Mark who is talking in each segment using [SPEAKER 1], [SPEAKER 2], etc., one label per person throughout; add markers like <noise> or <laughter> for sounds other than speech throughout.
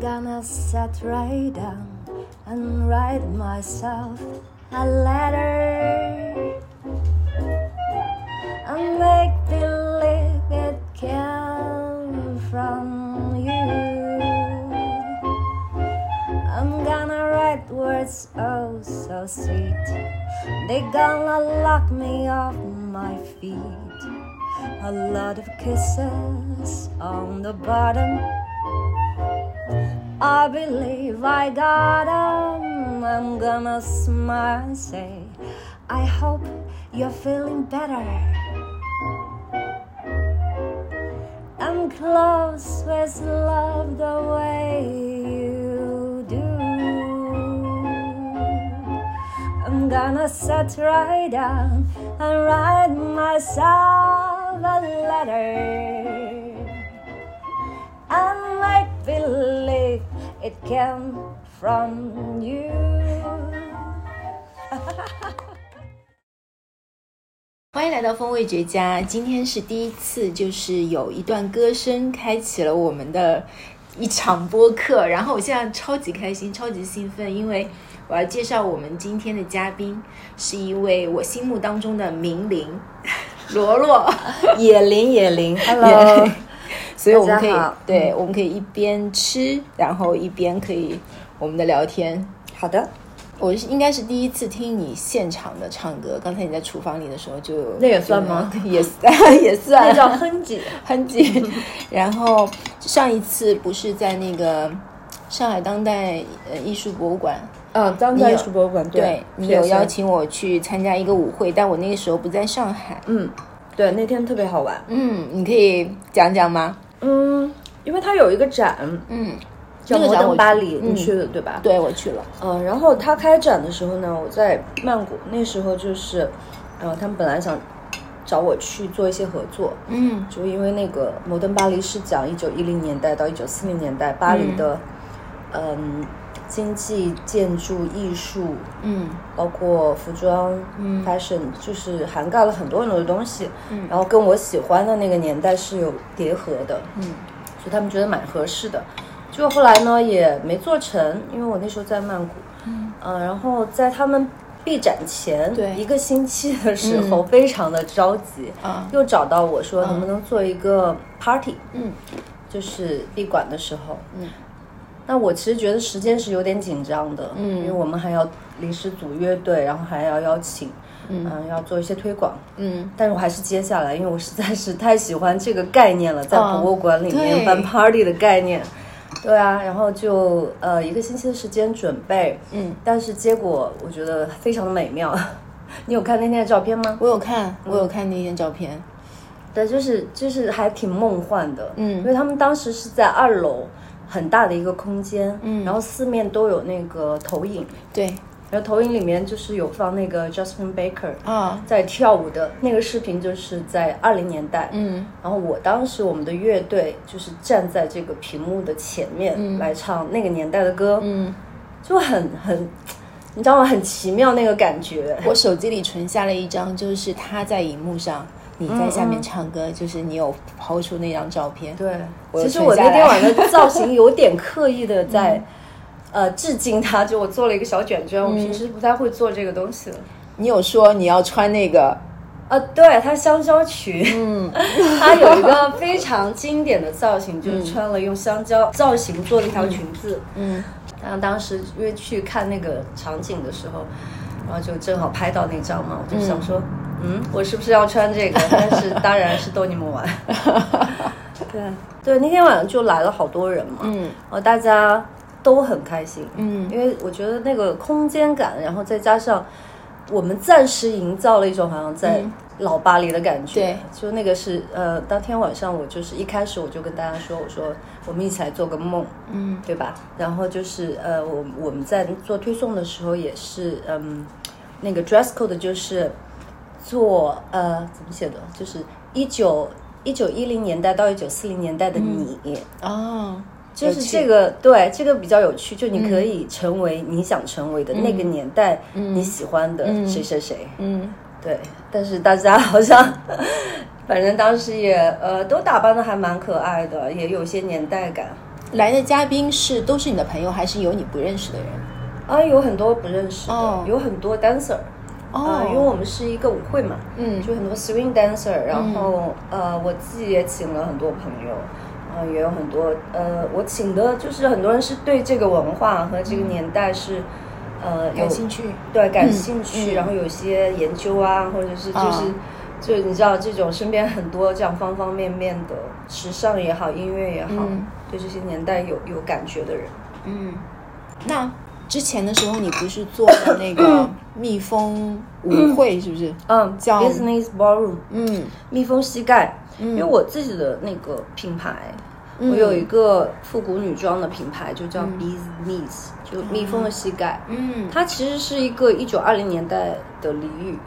[SPEAKER 1] gonna sit right down and write myself a letter and make believe it came from you. I'm gonna write words oh so sweet. They gonna lock me off my feet. A lot of kisses on the bottom. I believe I got 'em. I'm gonna smile and say, I hope you're feeling better. I'm close with love the way you do. I'm gonna sit right down and write myself a letter and make believe it came from you.
[SPEAKER 2] 欢迎来到风味绝佳。今天是第一次，就是有一段歌声开启了我们的一场播客。然后我现在超级开心，超级兴奋，因为我要介绍我们今天的嘉宾是一位我心目当中的名伶罗罗，
[SPEAKER 1] 野林，野林，Hello，
[SPEAKER 2] <laughs> 所以我们
[SPEAKER 1] 大
[SPEAKER 2] 可
[SPEAKER 1] 家
[SPEAKER 2] 以
[SPEAKER 1] 好
[SPEAKER 2] 对，我们可以一边吃，然后一边可以我们的聊天。
[SPEAKER 1] 好的，
[SPEAKER 2] 我是应该是第一次听你现场的唱歌，刚才你在厨房里的时候就
[SPEAKER 1] 那也算吗？
[SPEAKER 2] 也也 <laughs> 算，
[SPEAKER 1] 哼 <laughs> 唧，
[SPEAKER 2] 很紧。然后上一次不是在那个上海当代呃艺术博物馆，
[SPEAKER 1] 嗯，当
[SPEAKER 2] 代
[SPEAKER 1] 代
[SPEAKER 2] 艺
[SPEAKER 1] 艺
[SPEAKER 2] 术
[SPEAKER 1] 术博物馆，
[SPEAKER 2] 对你有邀，请我去参加一个舞会，但我那个时候不在上海。
[SPEAKER 1] 嗯，对，那天特别好玩，
[SPEAKER 2] 嗯，你可以讲讲吗？
[SPEAKER 1] 嗯，因为它有一个展
[SPEAKER 2] 嗯，
[SPEAKER 1] 叫《
[SPEAKER 2] 那个
[SPEAKER 1] 摩
[SPEAKER 2] 展我
[SPEAKER 1] 登
[SPEAKER 2] 去
[SPEAKER 1] 巴黎》，你
[SPEAKER 2] 嗯
[SPEAKER 1] 去的对吧？
[SPEAKER 2] 对我去了。
[SPEAKER 1] 嗯，然后它开展的时候呢，我在曼谷，那时候就是，呃，他们本来想找我去做一些合作，
[SPEAKER 2] 嗯
[SPEAKER 1] 就因为那个《摩登巴黎》是讲一九一零年代到一九四零年代巴黎的，嗯经济、建筑、艺术，
[SPEAKER 2] 嗯
[SPEAKER 1] 包括服装、
[SPEAKER 2] 嗯
[SPEAKER 1] fashion，就是涵盖了很多很多的东西。
[SPEAKER 2] 嗯
[SPEAKER 1] 然后跟我喜欢的那个年代是有叠合的，
[SPEAKER 2] 嗯
[SPEAKER 1] 所以他们觉得蛮合适的。就后来呢，也没做成，因为我那时候在曼谷，
[SPEAKER 2] 嗯
[SPEAKER 1] 呃，然后在他们闭展前
[SPEAKER 2] 对嗯
[SPEAKER 1] 一个星期的时候，非常的着急，
[SPEAKER 2] 啊
[SPEAKER 1] 又找到我说能不能做一个 party，、
[SPEAKER 2] 嗯
[SPEAKER 1] 就是闭馆的时候。
[SPEAKER 2] 嗯
[SPEAKER 1] 那我其实觉得时间是有点紧张的，
[SPEAKER 2] 嗯
[SPEAKER 1] 因为我们还要临时组乐队，然后还要邀请，
[SPEAKER 2] 嗯
[SPEAKER 1] 要做一些推广。
[SPEAKER 2] 嗯，
[SPEAKER 1] 但是我还是接下来，因为我实在是太喜欢这个概念了，在
[SPEAKER 2] 嗯
[SPEAKER 1] 博物馆里
[SPEAKER 2] 对
[SPEAKER 1] 面办 party 的概念。对啊，然后就呃一个星期的时间准备，
[SPEAKER 2] 嗯，
[SPEAKER 1] 但是结果我觉得非常的美妙。 <laughs> 你有看那天的照片吗？
[SPEAKER 2] 我有看，我有看那件照片。
[SPEAKER 1] 对，就是就是还挺梦幻的，
[SPEAKER 2] 嗯
[SPEAKER 1] 因为他们当时是在二楼很大的一个空间，
[SPEAKER 2] 嗯
[SPEAKER 1] 然后四面都有那个投影，
[SPEAKER 2] 对
[SPEAKER 1] 然后投影里面就是有放那个 Justin Baker
[SPEAKER 2] 啊，
[SPEAKER 1] 在跳舞的那个视频，就是在二零年代，
[SPEAKER 2] 嗯
[SPEAKER 1] 然后我当时我们的乐队就是站在这个屏幕的前面来唱那个年代的歌，
[SPEAKER 2] 嗯，
[SPEAKER 1] 就很很，你知道吗？很奇妙那个感觉。
[SPEAKER 2] 我手机里存下了一张，就是他在荧幕上，你在下面唱歌，就是你有抛出那张照片。
[SPEAKER 1] 对，
[SPEAKER 2] 我有
[SPEAKER 1] 其实
[SPEAKER 2] 存
[SPEAKER 1] 我
[SPEAKER 2] 下
[SPEAKER 1] 那天
[SPEAKER 2] 来
[SPEAKER 1] 晚
[SPEAKER 2] <laughs>
[SPEAKER 1] 上造型 <laughs> 有点刻意的在，呃，致敬他，就我做了一个小卷卷，我平时不太会做这个东西的。
[SPEAKER 2] 你有说你要穿那个，
[SPEAKER 1] 啊，对，他香蕉裙， <laughs> 嗯，他有一个非常经典的造型，就是穿了用香蕉造型做了一条裙子，
[SPEAKER 2] 嗯
[SPEAKER 1] 然后当时因为去看那个场景的时候，然后就正好拍到那张嘛，我就想说，嗯我是不是要穿这个？但是当然是逗你们 <laughs> 玩。对对，那天晚上就来了好多人嘛，嗯，
[SPEAKER 2] 嗯
[SPEAKER 1] 然后大家都很开心，
[SPEAKER 2] 嗯
[SPEAKER 1] 因为我觉得那个空间感，然后再加上我们暂时营造了一种好像在
[SPEAKER 2] 嗯
[SPEAKER 1] 老巴黎的感觉，
[SPEAKER 2] 对，
[SPEAKER 1] 就那个是呃，当天晚上我就是一开始我就跟大家说，我说我们一起来做个梦，
[SPEAKER 2] 嗯
[SPEAKER 1] 对吧？然后就是呃，我我们在做推送的时候也是，嗯，那个 dress code 就是做呃怎么写的，就是一九一九一零年代到一九四零年代的
[SPEAKER 2] 嗯
[SPEAKER 1] 你。
[SPEAKER 2] 哦，
[SPEAKER 1] 就
[SPEAKER 2] 有
[SPEAKER 1] 是
[SPEAKER 2] 趣嗯
[SPEAKER 1] 这个，对这个比较有趣，就你可以成为你想成为的那个年代你喜欢的谁谁谁，
[SPEAKER 2] 嗯
[SPEAKER 1] 对。但是大家好像， <laughs> 反正当时也呃都打扮的还蛮可爱的，也有些年代感。
[SPEAKER 2] 来的嘉宾是都是你的朋友，还是有你不认识的人？
[SPEAKER 1] 啊，有很多不认识的，
[SPEAKER 2] 哦
[SPEAKER 1] 有很多 dancer，
[SPEAKER 2] 哦
[SPEAKER 1] 啊因为我们是一个舞会嘛，
[SPEAKER 2] 嗯
[SPEAKER 1] 就很多 swing dancer，然后、呃，我自己也请了很多朋友，然、后也有很多呃，我请的就是很多人是对这个文化和这个年代是、呃有
[SPEAKER 2] 感兴趣。
[SPEAKER 1] 对感兴趣，
[SPEAKER 2] 嗯
[SPEAKER 1] 然后有些研究啊，或者是就
[SPEAKER 2] 啊
[SPEAKER 1] 是。就你知道，这种身边很多这样方方面面的时尚也好，音乐也好，
[SPEAKER 2] 嗯
[SPEAKER 1] 对这些年代有有感觉的人，
[SPEAKER 2] 嗯，那嗯之前的时候你不是做了那个蜜蜂舞会，是不是？
[SPEAKER 1] 嗯，
[SPEAKER 2] 叫
[SPEAKER 1] business ballroom，
[SPEAKER 2] 嗯
[SPEAKER 1] 蜜蜂膝盖，
[SPEAKER 2] 嗯
[SPEAKER 1] 因为我自己的那个品牌，
[SPEAKER 2] 嗯
[SPEAKER 1] 我有一个复古女装的品牌，就叫 Bees Knees，、就蜜蜂的膝盖。
[SPEAKER 2] 哦嗯，
[SPEAKER 1] 它其实是一个一九二零年代的俚语，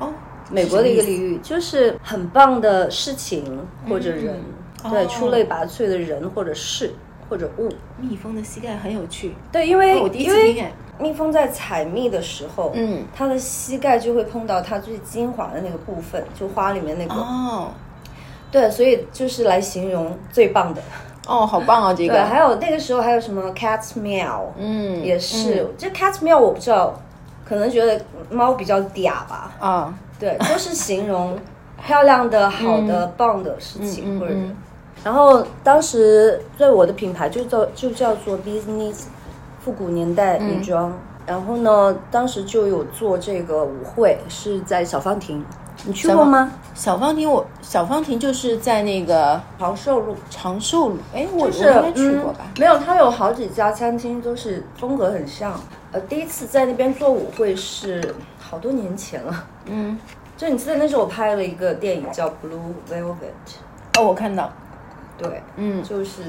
[SPEAKER 2] 哦，
[SPEAKER 1] 美国的一个
[SPEAKER 2] 是
[SPEAKER 1] 俚
[SPEAKER 2] 什么意思
[SPEAKER 1] 语，就是很棒的事情或者人，
[SPEAKER 2] 嗯
[SPEAKER 1] 对，
[SPEAKER 2] 哦
[SPEAKER 1] 出类拔萃的人或者事或者物。
[SPEAKER 2] 蜜蜂的膝盖很有趣，
[SPEAKER 1] 对，因为、
[SPEAKER 2] 哦我第一
[SPEAKER 1] 因
[SPEAKER 2] 次听
[SPEAKER 1] 为
[SPEAKER 2] 哎。
[SPEAKER 1] 蜜蜂在采蜜的时候，
[SPEAKER 2] 嗯
[SPEAKER 1] 它的膝盖就会碰到它最精华的那个部分，就花里面那个。
[SPEAKER 2] 哦
[SPEAKER 1] 对，所以就是来形容最棒的。
[SPEAKER 2] 哦，好棒啊！这
[SPEAKER 1] 对，还
[SPEAKER 2] 个，
[SPEAKER 1] 有那个时候还有什么 cat's meow，
[SPEAKER 2] 嗯，
[SPEAKER 1] 也是，这 cat's meow 我不知道，可能觉得猫比较嗲吧。
[SPEAKER 2] 嗯啊，
[SPEAKER 1] 对，都是形容漂亮的、好的、棒的事情
[SPEAKER 2] 嗯
[SPEAKER 1] 或者人
[SPEAKER 2] 嗯。
[SPEAKER 1] 然后当时对我的品牌就叫就叫做 business 复古年代女装。
[SPEAKER 2] 嗯
[SPEAKER 1] 然后呢，当时就有做这个舞会，是在小方亭，你去过吗？
[SPEAKER 2] 小方亭我小方亭就是在那个
[SPEAKER 1] 长寿路。
[SPEAKER 2] 长寿路，哎，我
[SPEAKER 1] 就是
[SPEAKER 2] 我应该去过吧？
[SPEAKER 1] 嗯？没有，它有好几家餐厅都是风格很像。呃，第一次在那边做舞会是好多年前了。
[SPEAKER 2] 嗯，
[SPEAKER 1] 就你记得那时候我拍了一个电影叫《Blue Velvet》，
[SPEAKER 2] 哦，我看到，
[SPEAKER 1] 对，
[SPEAKER 2] 嗯
[SPEAKER 1] 就是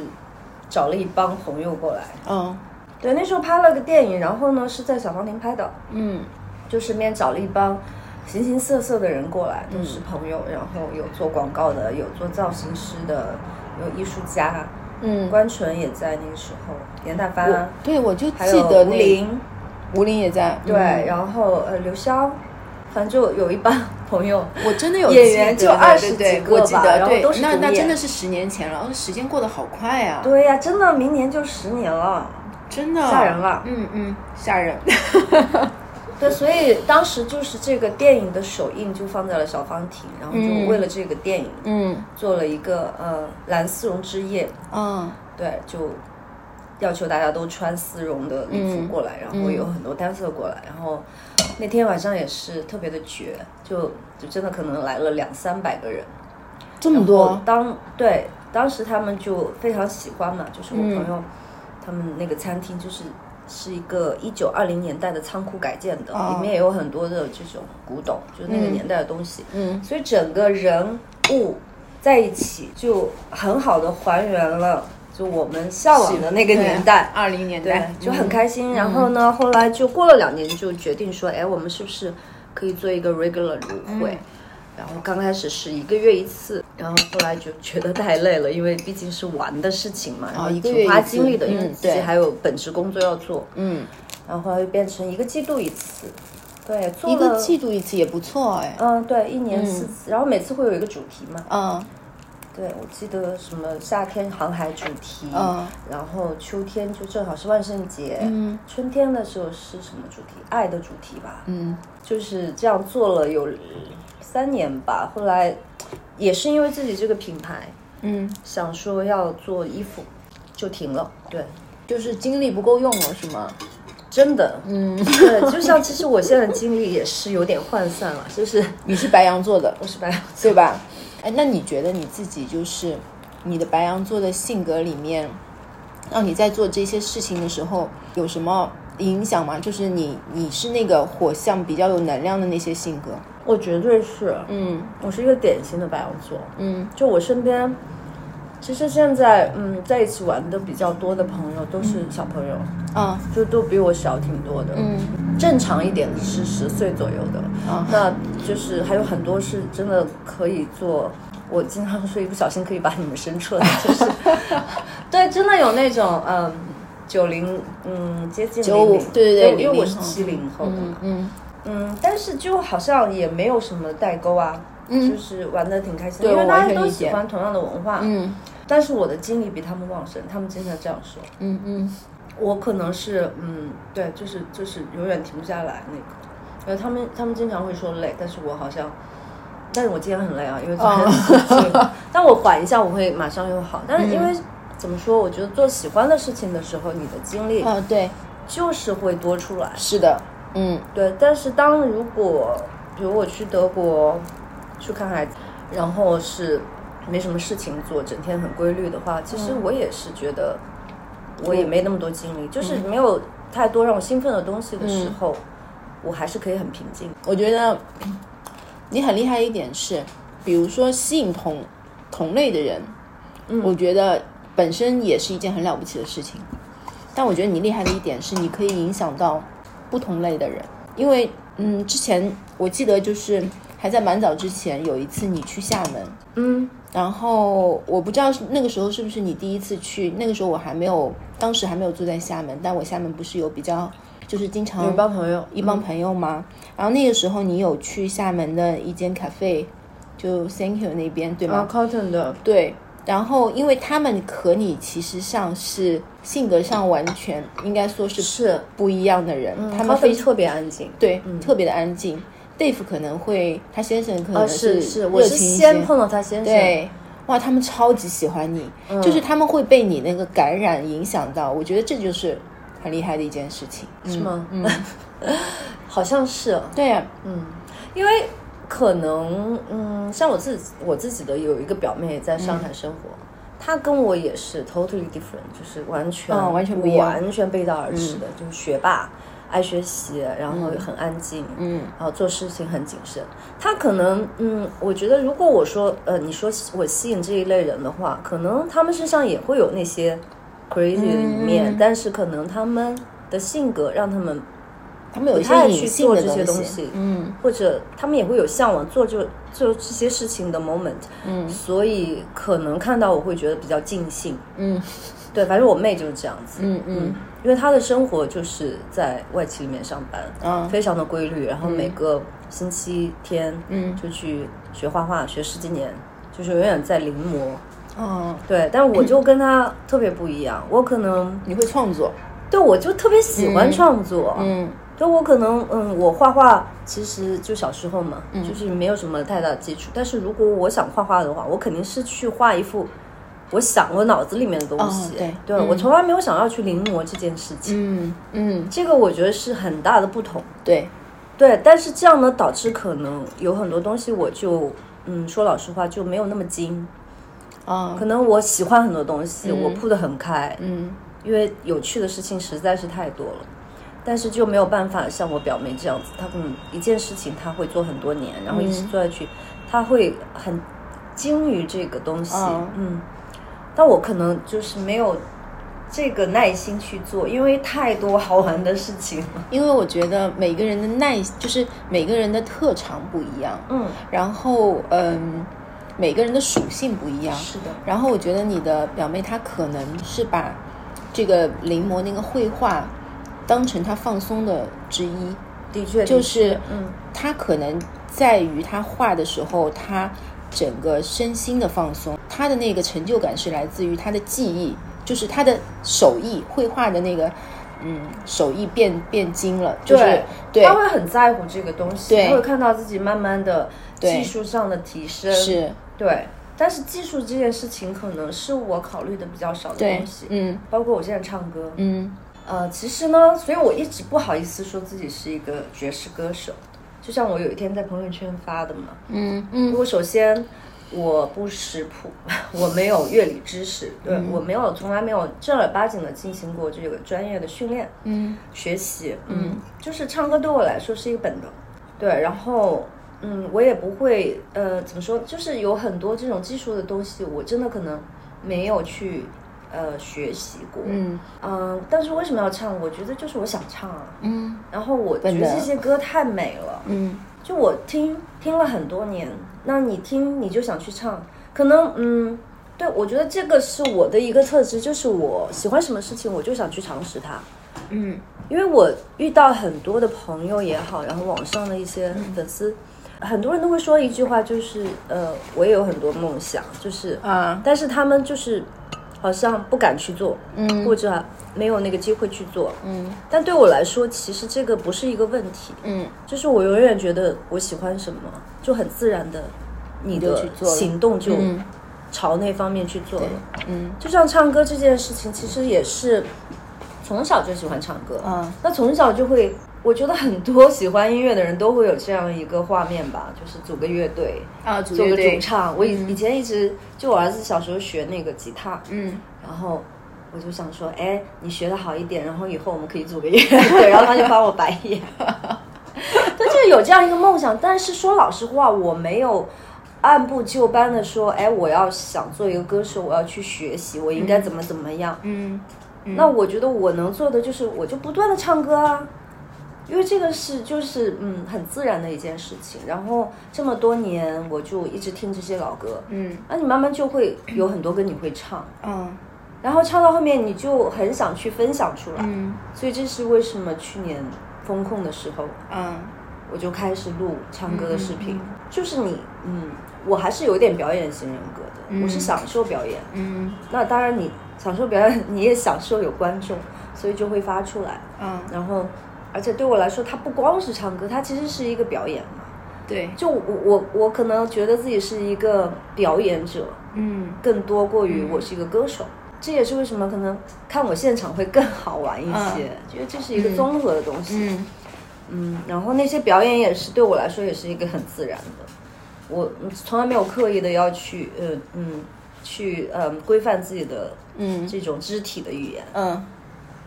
[SPEAKER 1] 找了一帮朋友过来。
[SPEAKER 2] 嗯
[SPEAKER 1] 对，那时候拍了个电影，然后呢是在小方亭拍的，
[SPEAKER 2] 嗯
[SPEAKER 1] 就身边找了一帮形形色色的人过来，都
[SPEAKER 2] 嗯
[SPEAKER 1] 是朋友，然后有做广告的，有做造型师的，有艺术家。
[SPEAKER 2] 嗯，
[SPEAKER 1] 关纯也在那个时候，严大帆啊
[SPEAKER 2] 我，对我就
[SPEAKER 1] 还
[SPEAKER 2] 记
[SPEAKER 1] 有
[SPEAKER 2] 得
[SPEAKER 1] 吴
[SPEAKER 2] 那
[SPEAKER 1] 林，
[SPEAKER 2] 吴林也在，
[SPEAKER 1] 对，
[SPEAKER 2] 嗯
[SPEAKER 1] 然后呃刘潇，反正就有一帮朋友，
[SPEAKER 2] 我真的有
[SPEAKER 1] 演
[SPEAKER 2] 记得
[SPEAKER 1] 员就
[SPEAKER 2] 对对
[SPEAKER 1] 20几
[SPEAKER 2] 对
[SPEAKER 1] 个
[SPEAKER 2] 我记
[SPEAKER 1] 吧然
[SPEAKER 2] 得
[SPEAKER 1] 后
[SPEAKER 2] 对
[SPEAKER 1] 都是，
[SPEAKER 2] 那
[SPEAKER 1] 主
[SPEAKER 2] 那
[SPEAKER 1] 演
[SPEAKER 2] 真的是十年前了，哦时间过得好快啊，
[SPEAKER 1] <laughs> 对呀、真的明年就十年了。
[SPEAKER 2] 真的
[SPEAKER 1] 吓人了
[SPEAKER 2] 嗯嗯，
[SPEAKER 1] <laughs>
[SPEAKER 2] 吓人，
[SPEAKER 1] 对，所以当时就是这个电影的首映就放在了小方亭，然后
[SPEAKER 2] 嗯
[SPEAKER 1] 就为了这个电影
[SPEAKER 2] 嗯
[SPEAKER 1] 做了一个呃蓝丝绒之夜，
[SPEAKER 2] 嗯
[SPEAKER 1] 对，就要求大家都穿丝绒的礼服过来，然后有很多单色过来，然后那天晚上也是特别的绝，就就真的可能来了两三百个人，
[SPEAKER 2] 这么
[SPEAKER 1] 我
[SPEAKER 2] 多，
[SPEAKER 1] 当对，当时他们就非常喜欢嘛，就是我
[SPEAKER 2] 嗯
[SPEAKER 1] 朋友、他们那个餐厅就是是一个一九二零年代的仓库改建的，
[SPEAKER 2] 哦
[SPEAKER 1] 里面也有很多的这种古董，就是那个年代的东西，
[SPEAKER 2] 嗯
[SPEAKER 1] 所以整个人物在一起就很好的还原了就我们向往的那个年代。
[SPEAKER 2] 二零年
[SPEAKER 1] 对
[SPEAKER 2] 代，
[SPEAKER 1] 就很
[SPEAKER 2] 嗯
[SPEAKER 1] 开心。然后呢，后来就过了两年，就决定说，哎，我们是不是可以做一个 regular 舞会？
[SPEAKER 2] 嗯
[SPEAKER 1] 然后刚开始是一个月一次，然后后来就觉得太累了，因为毕竟是玩的事情嘛，然后
[SPEAKER 2] 哦一个月
[SPEAKER 1] 挺花
[SPEAKER 2] 一次
[SPEAKER 1] 精力的，因为
[SPEAKER 2] 嗯
[SPEAKER 1] 自己
[SPEAKER 2] 对
[SPEAKER 1] 还有本职工作要做。
[SPEAKER 2] 嗯，
[SPEAKER 1] 然后后来又变成一个季度一次，对，做
[SPEAKER 2] 一个
[SPEAKER 1] 了
[SPEAKER 2] 季，度一次也不错哎，
[SPEAKER 1] 嗯，对，一年四次，然后每次会有一个主题嘛。
[SPEAKER 2] 嗯
[SPEAKER 1] 对，我记得什么夏天航海主题，
[SPEAKER 2] 嗯
[SPEAKER 1] 然后秋天就正好是万圣节，
[SPEAKER 2] 嗯
[SPEAKER 1] 春天的时候是什么主题？爱的主题吧，
[SPEAKER 2] 嗯
[SPEAKER 1] 就是这样做了有三年吧。后来也是因为自己这个品牌
[SPEAKER 2] 嗯，
[SPEAKER 1] 想说要做衣服，就停了。对，
[SPEAKER 2] 就是精力不够用了是吗？
[SPEAKER 1] 真的，
[SPEAKER 2] 嗯，
[SPEAKER 1] 对，就像其实我现在的精力也是有点涣散了， <laughs> 就是
[SPEAKER 2] 你是白羊座的，
[SPEAKER 1] 我是白羊座
[SPEAKER 2] 对吧？哎，那你觉得你自己就是你的白羊座的性格里面，让你在做这些事情的时候有什么影响吗？就是你你是那个火象比较有能量的那些性格，
[SPEAKER 1] 我绝对是，
[SPEAKER 2] 嗯
[SPEAKER 1] 我是一个典型的白羊座，
[SPEAKER 2] 嗯
[SPEAKER 1] 就我身边，其实现在嗯在一起玩的比较多的朋友都是小朋友，
[SPEAKER 2] 啊
[SPEAKER 1] 就都比我小挺多的。
[SPEAKER 2] 嗯
[SPEAKER 1] 正常一点的是十岁左右的，
[SPEAKER 2] 啊
[SPEAKER 1] 那就是还有很多是真的可以做。我经常说一不小心可以把你们生
[SPEAKER 2] <laughs>
[SPEAKER 1] 出来，就是，对，真的有那种嗯九零嗯接近
[SPEAKER 2] 95
[SPEAKER 1] 00
[SPEAKER 2] 对对对
[SPEAKER 1] 因为我
[SPEAKER 2] 00
[SPEAKER 1] 是七零后的嘛，
[SPEAKER 2] 嗯
[SPEAKER 1] 嗯，但是就好像也没有什么代沟啊，
[SPEAKER 2] 嗯
[SPEAKER 1] 就是玩的挺开心的，
[SPEAKER 2] 对
[SPEAKER 1] 因为
[SPEAKER 2] 我
[SPEAKER 1] 大
[SPEAKER 2] 完
[SPEAKER 1] 家
[SPEAKER 2] 全
[SPEAKER 1] 都
[SPEAKER 2] 理
[SPEAKER 1] 喜
[SPEAKER 2] 解
[SPEAKER 1] 欢同样的文化，
[SPEAKER 2] 嗯
[SPEAKER 1] 但是我的精力比他们旺盛，他们经常这样说。
[SPEAKER 2] 嗯嗯
[SPEAKER 1] 我可能是嗯，对，就是就是永远停不下来那个。然后他们他们经常会说累，但是我好像，但是我今天很累啊，因为昨 <laughs> 天很刺激但我缓一下，我会马上又好。但是因为、怎么说，我觉得做喜欢的事情的时候，你的精力
[SPEAKER 2] 啊，对，
[SPEAKER 1] 就是会多出来。
[SPEAKER 2] 是的，嗯
[SPEAKER 1] 对，但是当如果比如我去德国去看孩子，然后是没什么事情做，整天很规律的话，其
[SPEAKER 2] 嗯
[SPEAKER 1] 实我也是觉得我也没那么多精力，就是
[SPEAKER 2] 嗯
[SPEAKER 1] 没有太多让我兴奋的东西的时候，我还是可以很平静。
[SPEAKER 2] 我觉得嗯你很厉害一点是，比如说吸引同同类的人，我觉得本身也是一件很了不起的事情。但我觉得你厉害的一点是，你可以影响到不同类的人，因为嗯，之前我记得就是还在蛮早之前有一次你去厦门，
[SPEAKER 1] 嗯
[SPEAKER 2] 然后我不知道是那个时候是不是你第一次去，那个时候我还没有，当时还没有住在厦门，但我厦门不是有比较就是经常
[SPEAKER 1] 有一帮朋友，
[SPEAKER 2] 一帮朋友吗？然后那个时候你有去厦门的一间 cafe，就 Thank You 那边对
[SPEAKER 1] 啊
[SPEAKER 2] 吗？
[SPEAKER 1] ，Cotton 的，
[SPEAKER 2] 对。然后因为他们和你其实上是性格上完全应该说是
[SPEAKER 1] 是嗯
[SPEAKER 2] 不一样的人，
[SPEAKER 1] 他
[SPEAKER 2] 他们
[SPEAKER 1] 们
[SPEAKER 2] 非
[SPEAKER 1] 非
[SPEAKER 2] 常
[SPEAKER 1] 特别嗯安静。
[SPEAKER 2] 对、特别的安静。Dave 可能会他先生可
[SPEAKER 1] 啊，
[SPEAKER 2] 能
[SPEAKER 1] 是是，
[SPEAKER 2] 是
[SPEAKER 1] 我
[SPEAKER 2] 热
[SPEAKER 1] 是
[SPEAKER 2] 情一些，
[SPEAKER 1] 先碰到他嗯先生，
[SPEAKER 2] 对，哇，他们超级喜欢你，就是他们会被你那个感染影响到，我觉得这就是很厉害的一件事情，
[SPEAKER 1] 是吗？
[SPEAKER 2] 嗯，
[SPEAKER 1] 好像是，啊
[SPEAKER 2] 对啊呀、
[SPEAKER 1] 嗯因为可能，嗯，像我自己，我自己的有一个表妹也在上
[SPEAKER 2] 嗯
[SPEAKER 1] 海生活，她跟我也是 totally different，就是完全、
[SPEAKER 2] 嗯完全不一样嗯
[SPEAKER 1] 完全背道而驰的，就是学霸，爱学习，然后很安静，嗯，然后做事情很谨慎。她可能，嗯，我觉得如果我说，呃，你说我吸引这一类人的话，可能他们身上也会有那些 crazy 的一
[SPEAKER 2] 嗯
[SPEAKER 1] 面，但是可能他们的性格让他们
[SPEAKER 2] 他们有一
[SPEAKER 1] 不太
[SPEAKER 2] 些隐
[SPEAKER 1] 去
[SPEAKER 2] 性
[SPEAKER 1] 做
[SPEAKER 2] 的
[SPEAKER 1] 这些
[SPEAKER 2] 东
[SPEAKER 1] 东西
[SPEAKER 2] 嗯
[SPEAKER 1] 或者他们也会有向往做这做这些事情的 moment，嗯，所以可能看到我会觉得比较尽兴，
[SPEAKER 2] 嗯
[SPEAKER 1] 对，反正我妹就是这样子，
[SPEAKER 2] 嗯嗯，
[SPEAKER 1] 因为她的生活就是在外企里面上班，
[SPEAKER 2] 啊
[SPEAKER 1] 非常的规律，然后每个星期天，嗯，就去学画画，学十几年，就是永远在临摹，
[SPEAKER 2] 啊，
[SPEAKER 1] 对，但我
[SPEAKER 2] <clears throat>
[SPEAKER 1] 就跟她特别不一样，我可能
[SPEAKER 2] 你会创作，
[SPEAKER 1] 对我就特别喜欢创作，
[SPEAKER 2] 嗯
[SPEAKER 1] 就我可能，嗯，我画画其实就小时候嘛，
[SPEAKER 2] 嗯
[SPEAKER 1] 就是没有什么太大的基础。但是如果我想画画的话，我肯定是去画一幅我想我脑子里面的东西。
[SPEAKER 2] 哦对
[SPEAKER 1] 我从来没有想要去临摹这件事情，
[SPEAKER 2] 嗯嗯，
[SPEAKER 1] 这个我觉得是很大的不同。
[SPEAKER 2] 对，
[SPEAKER 1] 对，但是这样呢，导致可能有很多东西我就，嗯，说老实话就没有那么精。
[SPEAKER 2] 啊
[SPEAKER 1] 可能我喜欢很多东西，我铺得很开，
[SPEAKER 2] 嗯
[SPEAKER 1] 因为有趣的事情实在是太多了，但是就没有办法像我表妹这样子，她可能一件事情她会做很多年，然后一直做下去，她会很精于这个东西，
[SPEAKER 2] 哦
[SPEAKER 1] 嗯，但我可能就是没有这个耐心去做，因为太多好玩的事情了，
[SPEAKER 2] 因为我觉得每个人的耐，就是每个人的特长不一样，
[SPEAKER 1] <laughs> 嗯，
[SPEAKER 2] 然后嗯，每个人的属性不一样，
[SPEAKER 1] 是的，
[SPEAKER 2] 然后我觉得你的表妹她可能是把这个临摹那个绘画当成她放松的之一，
[SPEAKER 1] 的确
[SPEAKER 2] 就是
[SPEAKER 1] 嗯，
[SPEAKER 2] 她可能在于她画的时候，她整个身心的放松，她的那个成就感是来自于她的技艺，就是她的手艺，绘画的那个嗯手艺变变精了，就是对
[SPEAKER 1] 她会很在乎这个东西，
[SPEAKER 2] 对
[SPEAKER 1] 她会看到自己慢慢的
[SPEAKER 2] 对
[SPEAKER 1] 技术上的提升，
[SPEAKER 2] 是，
[SPEAKER 1] 对，但是技术这件事情可能是我考虑的比较少的
[SPEAKER 2] 对
[SPEAKER 1] 东西，，
[SPEAKER 2] 嗯
[SPEAKER 1] 包括我现在唱歌，
[SPEAKER 2] 嗯
[SPEAKER 1] 呃，其实呢，所以我一直不好意思说自己是一个爵士歌手，就像我有一天在朋友圈发的嘛，
[SPEAKER 2] 嗯
[SPEAKER 1] 如
[SPEAKER 2] 嗯
[SPEAKER 1] 果首先我不识谱， <laughs> 我没有乐理知识，对、
[SPEAKER 2] 嗯
[SPEAKER 1] 我没有从来没有正儿八经的进行过这个专业的训练，
[SPEAKER 2] 嗯
[SPEAKER 1] 学习，嗯，就是唱歌对我来说是一个本能，对，然后，嗯，我也不会，呃，怎么说，就是有很多这种技术的东西，我真的可能没有去，呃，学习过，嗯、
[SPEAKER 2] 嗯
[SPEAKER 1] 但是为什么要唱？我觉得就是我想唱啊，
[SPEAKER 2] 嗯
[SPEAKER 1] 然后我觉
[SPEAKER 2] 本
[SPEAKER 1] 得
[SPEAKER 2] 能
[SPEAKER 1] 这些歌太美了，
[SPEAKER 2] 嗯
[SPEAKER 1] 就我听听了很多年，那你听你就想去唱，可能，嗯。对，我觉得这个是我的一个特质，就是我喜欢什么事情，我就想去尝试它。
[SPEAKER 2] 嗯
[SPEAKER 1] 因为我遇到很多的朋友也好，然后网上的一些粉丝，很多人都会说一句话，就是呃，我也有很多梦想，就是
[SPEAKER 2] 啊
[SPEAKER 1] 但是他们就是好像不敢去做，
[SPEAKER 2] 嗯
[SPEAKER 1] 或者没有那个机会去做。
[SPEAKER 2] 嗯
[SPEAKER 1] 但对我来说，其实这个不是一个问题，
[SPEAKER 2] 嗯
[SPEAKER 1] 就是我永远觉得我喜欢什么，就很自然的，你
[SPEAKER 2] 就
[SPEAKER 1] 的
[SPEAKER 2] 去做了
[SPEAKER 1] 行动就
[SPEAKER 2] 嗯
[SPEAKER 1] 朝那方面去做了。
[SPEAKER 2] 嗯
[SPEAKER 1] 就像唱歌这件事情，其实也是从小就喜欢唱歌，
[SPEAKER 2] 嗯
[SPEAKER 1] 那从小就会，我觉得很多喜欢音乐的人都会有这样一个画面吧，就是组个乐队，
[SPEAKER 2] 啊，组
[SPEAKER 1] 做
[SPEAKER 2] 乐
[SPEAKER 1] 个
[SPEAKER 2] 队
[SPEAKER 1] 主，唱。我以以前一直就我儿子小时候学那个吉他，
[SPEAKER 2] 嗯
[SPEAKER 1] 然后我就想说，哎，你学的好一点，然后以后我们可以组个乐队。 <laughs> 然后他就翻我白眼。他就是有这样一个梦想，但是说老实话，我没有按部就班的说，哎，我要想做一个歌手，我要去学习，我应该怎么怎么样。
[SPEAKER 2] 嗯
[SPEAKER 1] 那我觉得我能做的就是，我就不断的唱歌啊，因为这个是就是嗯很自然的一件事情。然后这么多年，我就一直听这些老歌，
[SPEAKER 2] 嗯
[SPEAKER 1] 那你慢慢就会有很多歌你会唱，
[SPEAKER 2] 嗯
[SPEAKER 1] 然后唱到后面你就很想去分享出来。
[SPEAKER 2] 嗯
[SPEAKER 1] 所以这是为什么去年风控的时候，
[SPEAKER 2] 嗯
[SPEAKER 1] 我就开始录唱歌的视频，
[SPEAKER 2] 嗯嗯
[SPEAKER 1] 就是你嗯，我还是有点表演型人格的，我是享受表演。
[SPEAKER 2] 嗯
[SPEAKER 1] 那当然你享受表演，你也享受有观众，所以就会发出来。
[SPEAKER 2] 嗯，
[SPEAKER 1] 然后，而且对我来说，它不光是唱歌，它其实是一个表演嘛。
[SPEAKER 2] 对，
[SPEAKER 1] 就我我我可能觉得自己是一个表演者，
[SPEAKER 2] 嗯
[SPEAKER 1] 更多过于我是一个歌手。这也是为什么可能看我现场会更好玩一些，觉得这是一个综合的东西。
[SPEAKER 2] 嗯
[SPEAKER 1] 嗯然后那些表演也是对我来说也是一个很自然的，我嗯从来没有刻意的要去呃嗯去呃规范自己的
[SPEAKER 2] 嗯
[SPEAKER 1] 这种肢体的语言。
[SPEAKER 2] 嗯，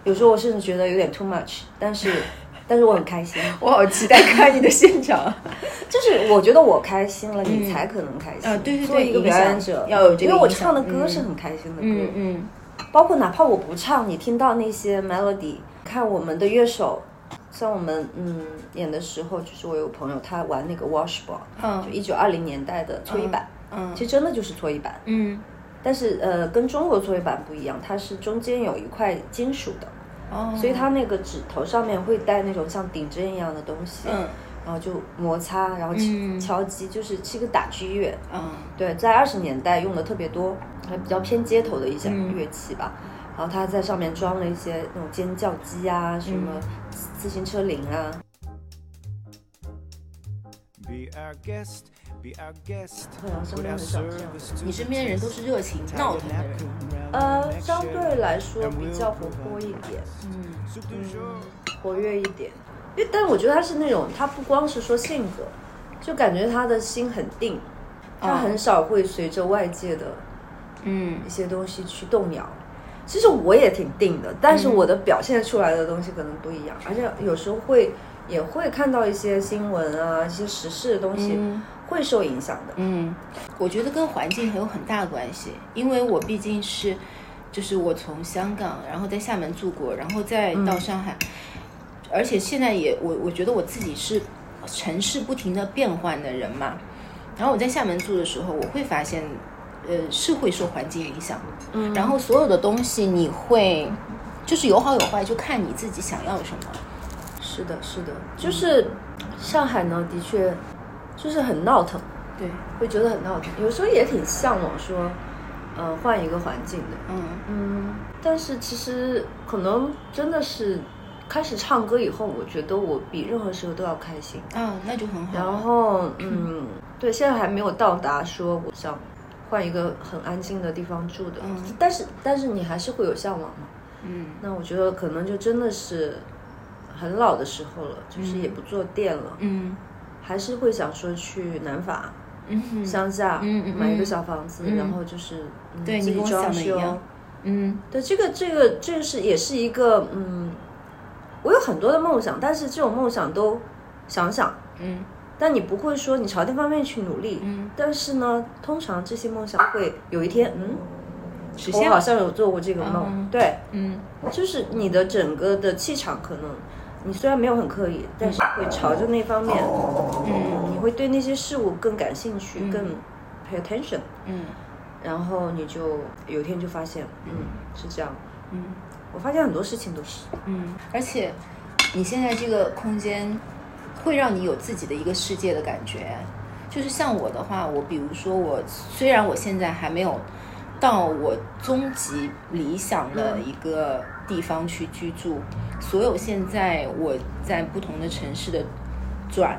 [SPEAKER 1] 有时候我甚至觉得有点 too much，但 <laughs> 是但是我很开心，
[SPEAKER 2] 我好期待看你的现场。
[SPEAKER 1] 就是我觉得我开心了，
[SPEAKER 2] 嗯
[SPEAKER 1] 你才可能开心。
[SPEAKER 2] 啊对对对
[SPEAKER 1] 作为一个
[SPEAKER 2] 影
[SPEAKER 1] 表
[SPEAKER 2] 响
[SPEAKER 1] 演者
[SPEAKER 2] 要有这个
[SPEAKER 1] 因为我
[SPEAKER 2] 影响
[SPEAKER 1] 唱的歌
[SPEAKER 2] 嗯
[SPEAKER 1] 是很开心的歌，
[SPEAKER 2] 嗯嗯
[SPEAKER 1] 包括哪怕我不唱，你听到那些 melody，看我们的乐手，像我们嗯演的时候，就是我有朋友他玩那个 washboard，、就
[SPEAKER 2] 嗯
[SPEAKER 1] 一九二零年代的搓衣板，
[SPEAKER 2] 嗯
[SPEAKER 1] 其实真的就是搓衣板，
[SPEAKER 2] 嗯，
[SPEAKER 1] 但是呃跟中国搓衣板不一样，它是中间有一块金属的。
[SPEAKER 2] 哦，
[SPEAKER 1] 所以它那个指头上面会带那种像顶针一样的东西，
[SPEAKER 2] 嗯
[SPEAKER 1] 然后就摩擦，然后敲
[SPEAKER 2] 嗯
[SPEAKER 1] 敲击，就是是一个打击乐。
[SPEAKER 2] 嗯
[SPEAKER 1] 对，在二十年代用的特别多，还比较偏街头的一些
[SPEAKER 2] 嗯
[SPEAKER 1] 乐器吧。然后它在上面装了一些那种尖叫机啊，什么
[SPEAKER 2] 嗯
[SPEAKER 1] 自自行车铃啊，
[SPEAKER 3] Be our guest, be our guest.
[SPEAKER 1] 好像身边很少这
[SPEAKER 3] Put our
[SPEAKER 1] 样的。
[SPEAKER 3] service to
[SPEAKER 2] 你
[SPEAKER 3] the
[SPEAKER 2] 身边的人都是热情闹腾的人，Uh,
[SPEAKER 1] 呃，相对来说比较活泼一点，
[SPEAKER 2] 嗯
[SPEAKER 3] soup du jour.
[SPEAKER 1] 活跃一点。因为，但我觉得他是那种，他不光是说性格，就感觉他的心很定，他
[SPEAKER 2] 啊
[SPEAKER 1] 很少会随着外界的
[SPEAKER 2] 嗯
[SPEAKER 1] 一些东西去动摇。其实我也挺定的，但是我的表现出来的东西可能不一样，而且有时候会也会看到一些新闻啊、一些时事的东西、
[SPEAKER 2] 嗯
[SPEAKER 1] 会受影响的。
[SPEAKER 2] 嗯，我觉得跟环境很有很大的关系，因为我毕竟是，就是我从香港，然后在厦门住过，然后再
[SPEAKER 1] 嗯
[SPEAKER 2] 到上海，而且现在也我我觉得我自己是城市不停的变换的人嘛，然后我在厦门住的时候，我会发现，呃，是会受环境影响，
[SPEAKER 1] 嗯
[SPEAKER 2] 然后所有的东西你会，就是有好有坏，就看你自己想要什么，
[SPEAKER 1] 是的，是的，就是上海呢，的确就是很闹腾，
[SPEAKER 2] 对，
[SPEAKER 1] 会觉得很闹腾，有时候也挺向往说，呃，换一个环境的。
[SPEAKER 2] 嗯
[SPEAKER 1] 嗯，但是其实可能真的是开始唱歌以后，我觉得我比任何时候都要开心。
[SPEAKER 2] 啊，那就很好，
[SPEAKER 1] 然后，嗯，对，现在还没有到达说我想换一个很安静的地方住的，
[SPEAKER 2] 嗯
[SPEAKER 1] 但是但是你还是会有向往嘛。
[SPEAKER 2] 嗯
[SPEAKER 1] 那我觉得可能就真的是很老的时候了，就是也不做店了，
[SPEAKER 2] 嗯
[SPEAKER 1] 还是会想说去南法、
[SPEAKER 2] 嗯哼
[SPEAKER 1] 乡下、
[SPEAKER 2] 嗯嗯
[SPEAKER 1] 买一个小房子，
[SPEAKER 2] 嗯
[SPEAKER 1] 然后就是、嗯、
[SPEAKER 2] 对
[SPEAKER 1] 自
[SPEAKER 2] 你
[SPEAKER 1] 己
[SPEAKER 2] 跟我
[SPEAKER 1] 装
[SPEAKER 2] 想的一
[SPEAKER 1] 修。
[SPEAKER 2] 样，嗯。
[SPEAKER 1] 对，这个这个这个是也是一个嗯，我有很多的梦想，但是这种梦想都想想，
[SPEAKER 2] 嗯
[SPEAKER 1] 但你不会说你朝那方面去努力，
[SPEAKER 2] 嗯，
[SPEAKER 1] 但是呢，通常这些梦想会有一天，嗯，
[SPEAKER 2] 实
[SPEAKER 1] 我
[SPEAKER 2] 现
[SPEAKER 1] 好像有做过这个梦，
[SPEAKER 2] 嗯
[SPEAKER 1] 对，
[SPEAKER 2] 嗯
[SPEAKER 1] 就是你的整个的气场可能，你虽然没有很刻意，但是会朝着那方面，
[SPEAKER 2] 嗯
[SPEAKER 1] 你会对那些事物更感兴趣，
[SPEAKER 2] 嗯
[SPEAKER 1] 更 pay attention，
[SPEAKER 2] 嗯
[SPEAKER 1] 然后你就有一天就发现，嗯，是这样。
[SPEAKER 2] 嗯
[SPEAKER 1] 我发现很多事情都是，
[SPEAKER 2] 嗯，而且你现在这个空间会让你有自己的一个世界的感觉。就是像我的话，我比如说我虽然我现在还没有到我终极理想的一个地方去居住，所有现在我在不同的城市的转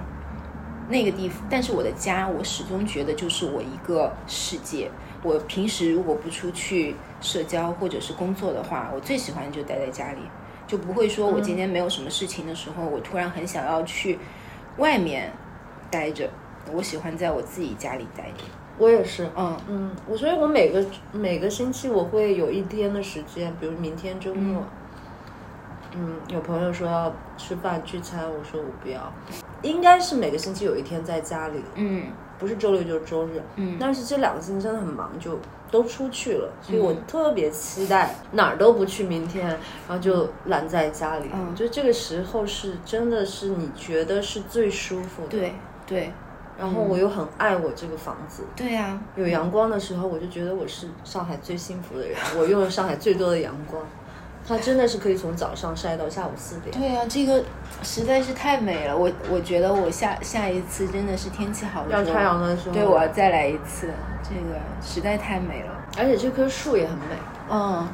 [SPEAKER 2] 那个地方，但是我的家，我始终觉得就是我一个世界。我平时如果不出去社交或者是工作的话，我最喜欢就待在家里，就不会说我
[SPEAKER 1] 嗯
[SPEAKER 2] 今天没有什么事情的时候，我突然很想要去外面待着。我喜欢在我自己家里待着。
[SPEAKER 1] 我也是，
[SPEAKER 2] 嗯
[SPEAKER 1] 嗯，我觉得我每个每个星期我会有一天的时间，比如明天周末，嗯有朋友说要吃饭聚餐，我说我不要，应该是每个星期有一天在家里，
[SPEAKER 2] 嗯
[SPEAKER 1] 不是周六就是周日，
[SPEAKER 2] 嗯
[SPEAKER 1] 但是这两个星期真的很忙，就都出去了，所以我特别期待哪儿都不去，明天，然后就懒在家里，
[SPEAKER 2] 嗯
[SPEAKER 1] 就这个时候是真的是你觉得是最舒服的，
[SPEAKER 2] 对嗯对
[SPEAKER 1] 然后我又很爱我这个房子，
[SPEAKER 2] 对啊，
[SPEAKER 1] 有阳光的时候，我就觉得我是上海最幸福的人，我用了上海最多的阳光，它真的是可以从早上晒到下午四点。
[SPEAKER 2] 对啊，这个实在是太美了。我我觉得我下下一次真的是天气好的时
[SPEAKER 1] 让
[SPEAKER 2] 候，
[SPEAKER 1] 太阳的时候，
[SPEAKER 2] 对我要再来一次，这个实在太美了。
[SPEAKER 1] 而且这棵树也很美，
[SPEAKER 2] 嗯，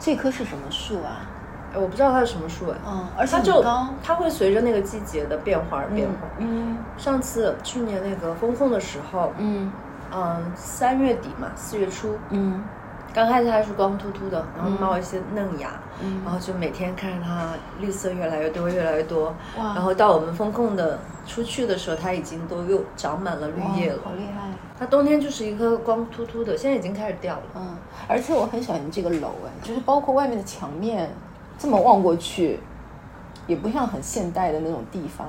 [SPEAKER 2] 这棵是什么树
[SPEAKER 1] 哎
[SPEAKER 2] 啊？
[SPEAKER 1] 我不知道它是什么树哎，
[SPEAKER 2] 嗯，而且
[SPEAKER 1] 它
[SPEAKER 2] 很
[SPEAKER 1] 就
[SPEAKER 2] 高。
[SPEAKER 1] 它会随着那个季节的变化而变
[SPEAKER 2] 嗯
[SPEAKER 1] 化。
[SPEAKER 2] 嗯
[SPEAKER 1] 上次去年那个风控的时候，
[SPEAKER 2] 嗯
[SPEAKER 1] 嗯，三月底嘛，四月初，
[SPEAKER 2] 嗯
[SPEAKER 1] 刚开始它是光秃秃的，然后
[SPEAKER 2] 嗯
[SPEAKER 1] 冒一些嫩芽，
[SPEAKER 2] 嗯
[SPEAKER 1] 然后就每天看着它绿色越来越多，越来越多。
[SPEAKER 2] 哇
[SPEAKER 1] 然后到我们风控的出去的时候，它已经都又长满了绿
[SPEAKER 2] 哇
[SPEAKER 1] 叶了。
[SPEAKER 2] 好厉害。
[SPEAKER 1] 它冬天就是一棵光秃秃的，现在已经开始掉了。
[SPEAKER 2] 嗯，而且我很喜欢你这个楼，哎，就是包括外面的墙面，这么望过去，也不像很现代的那种地方，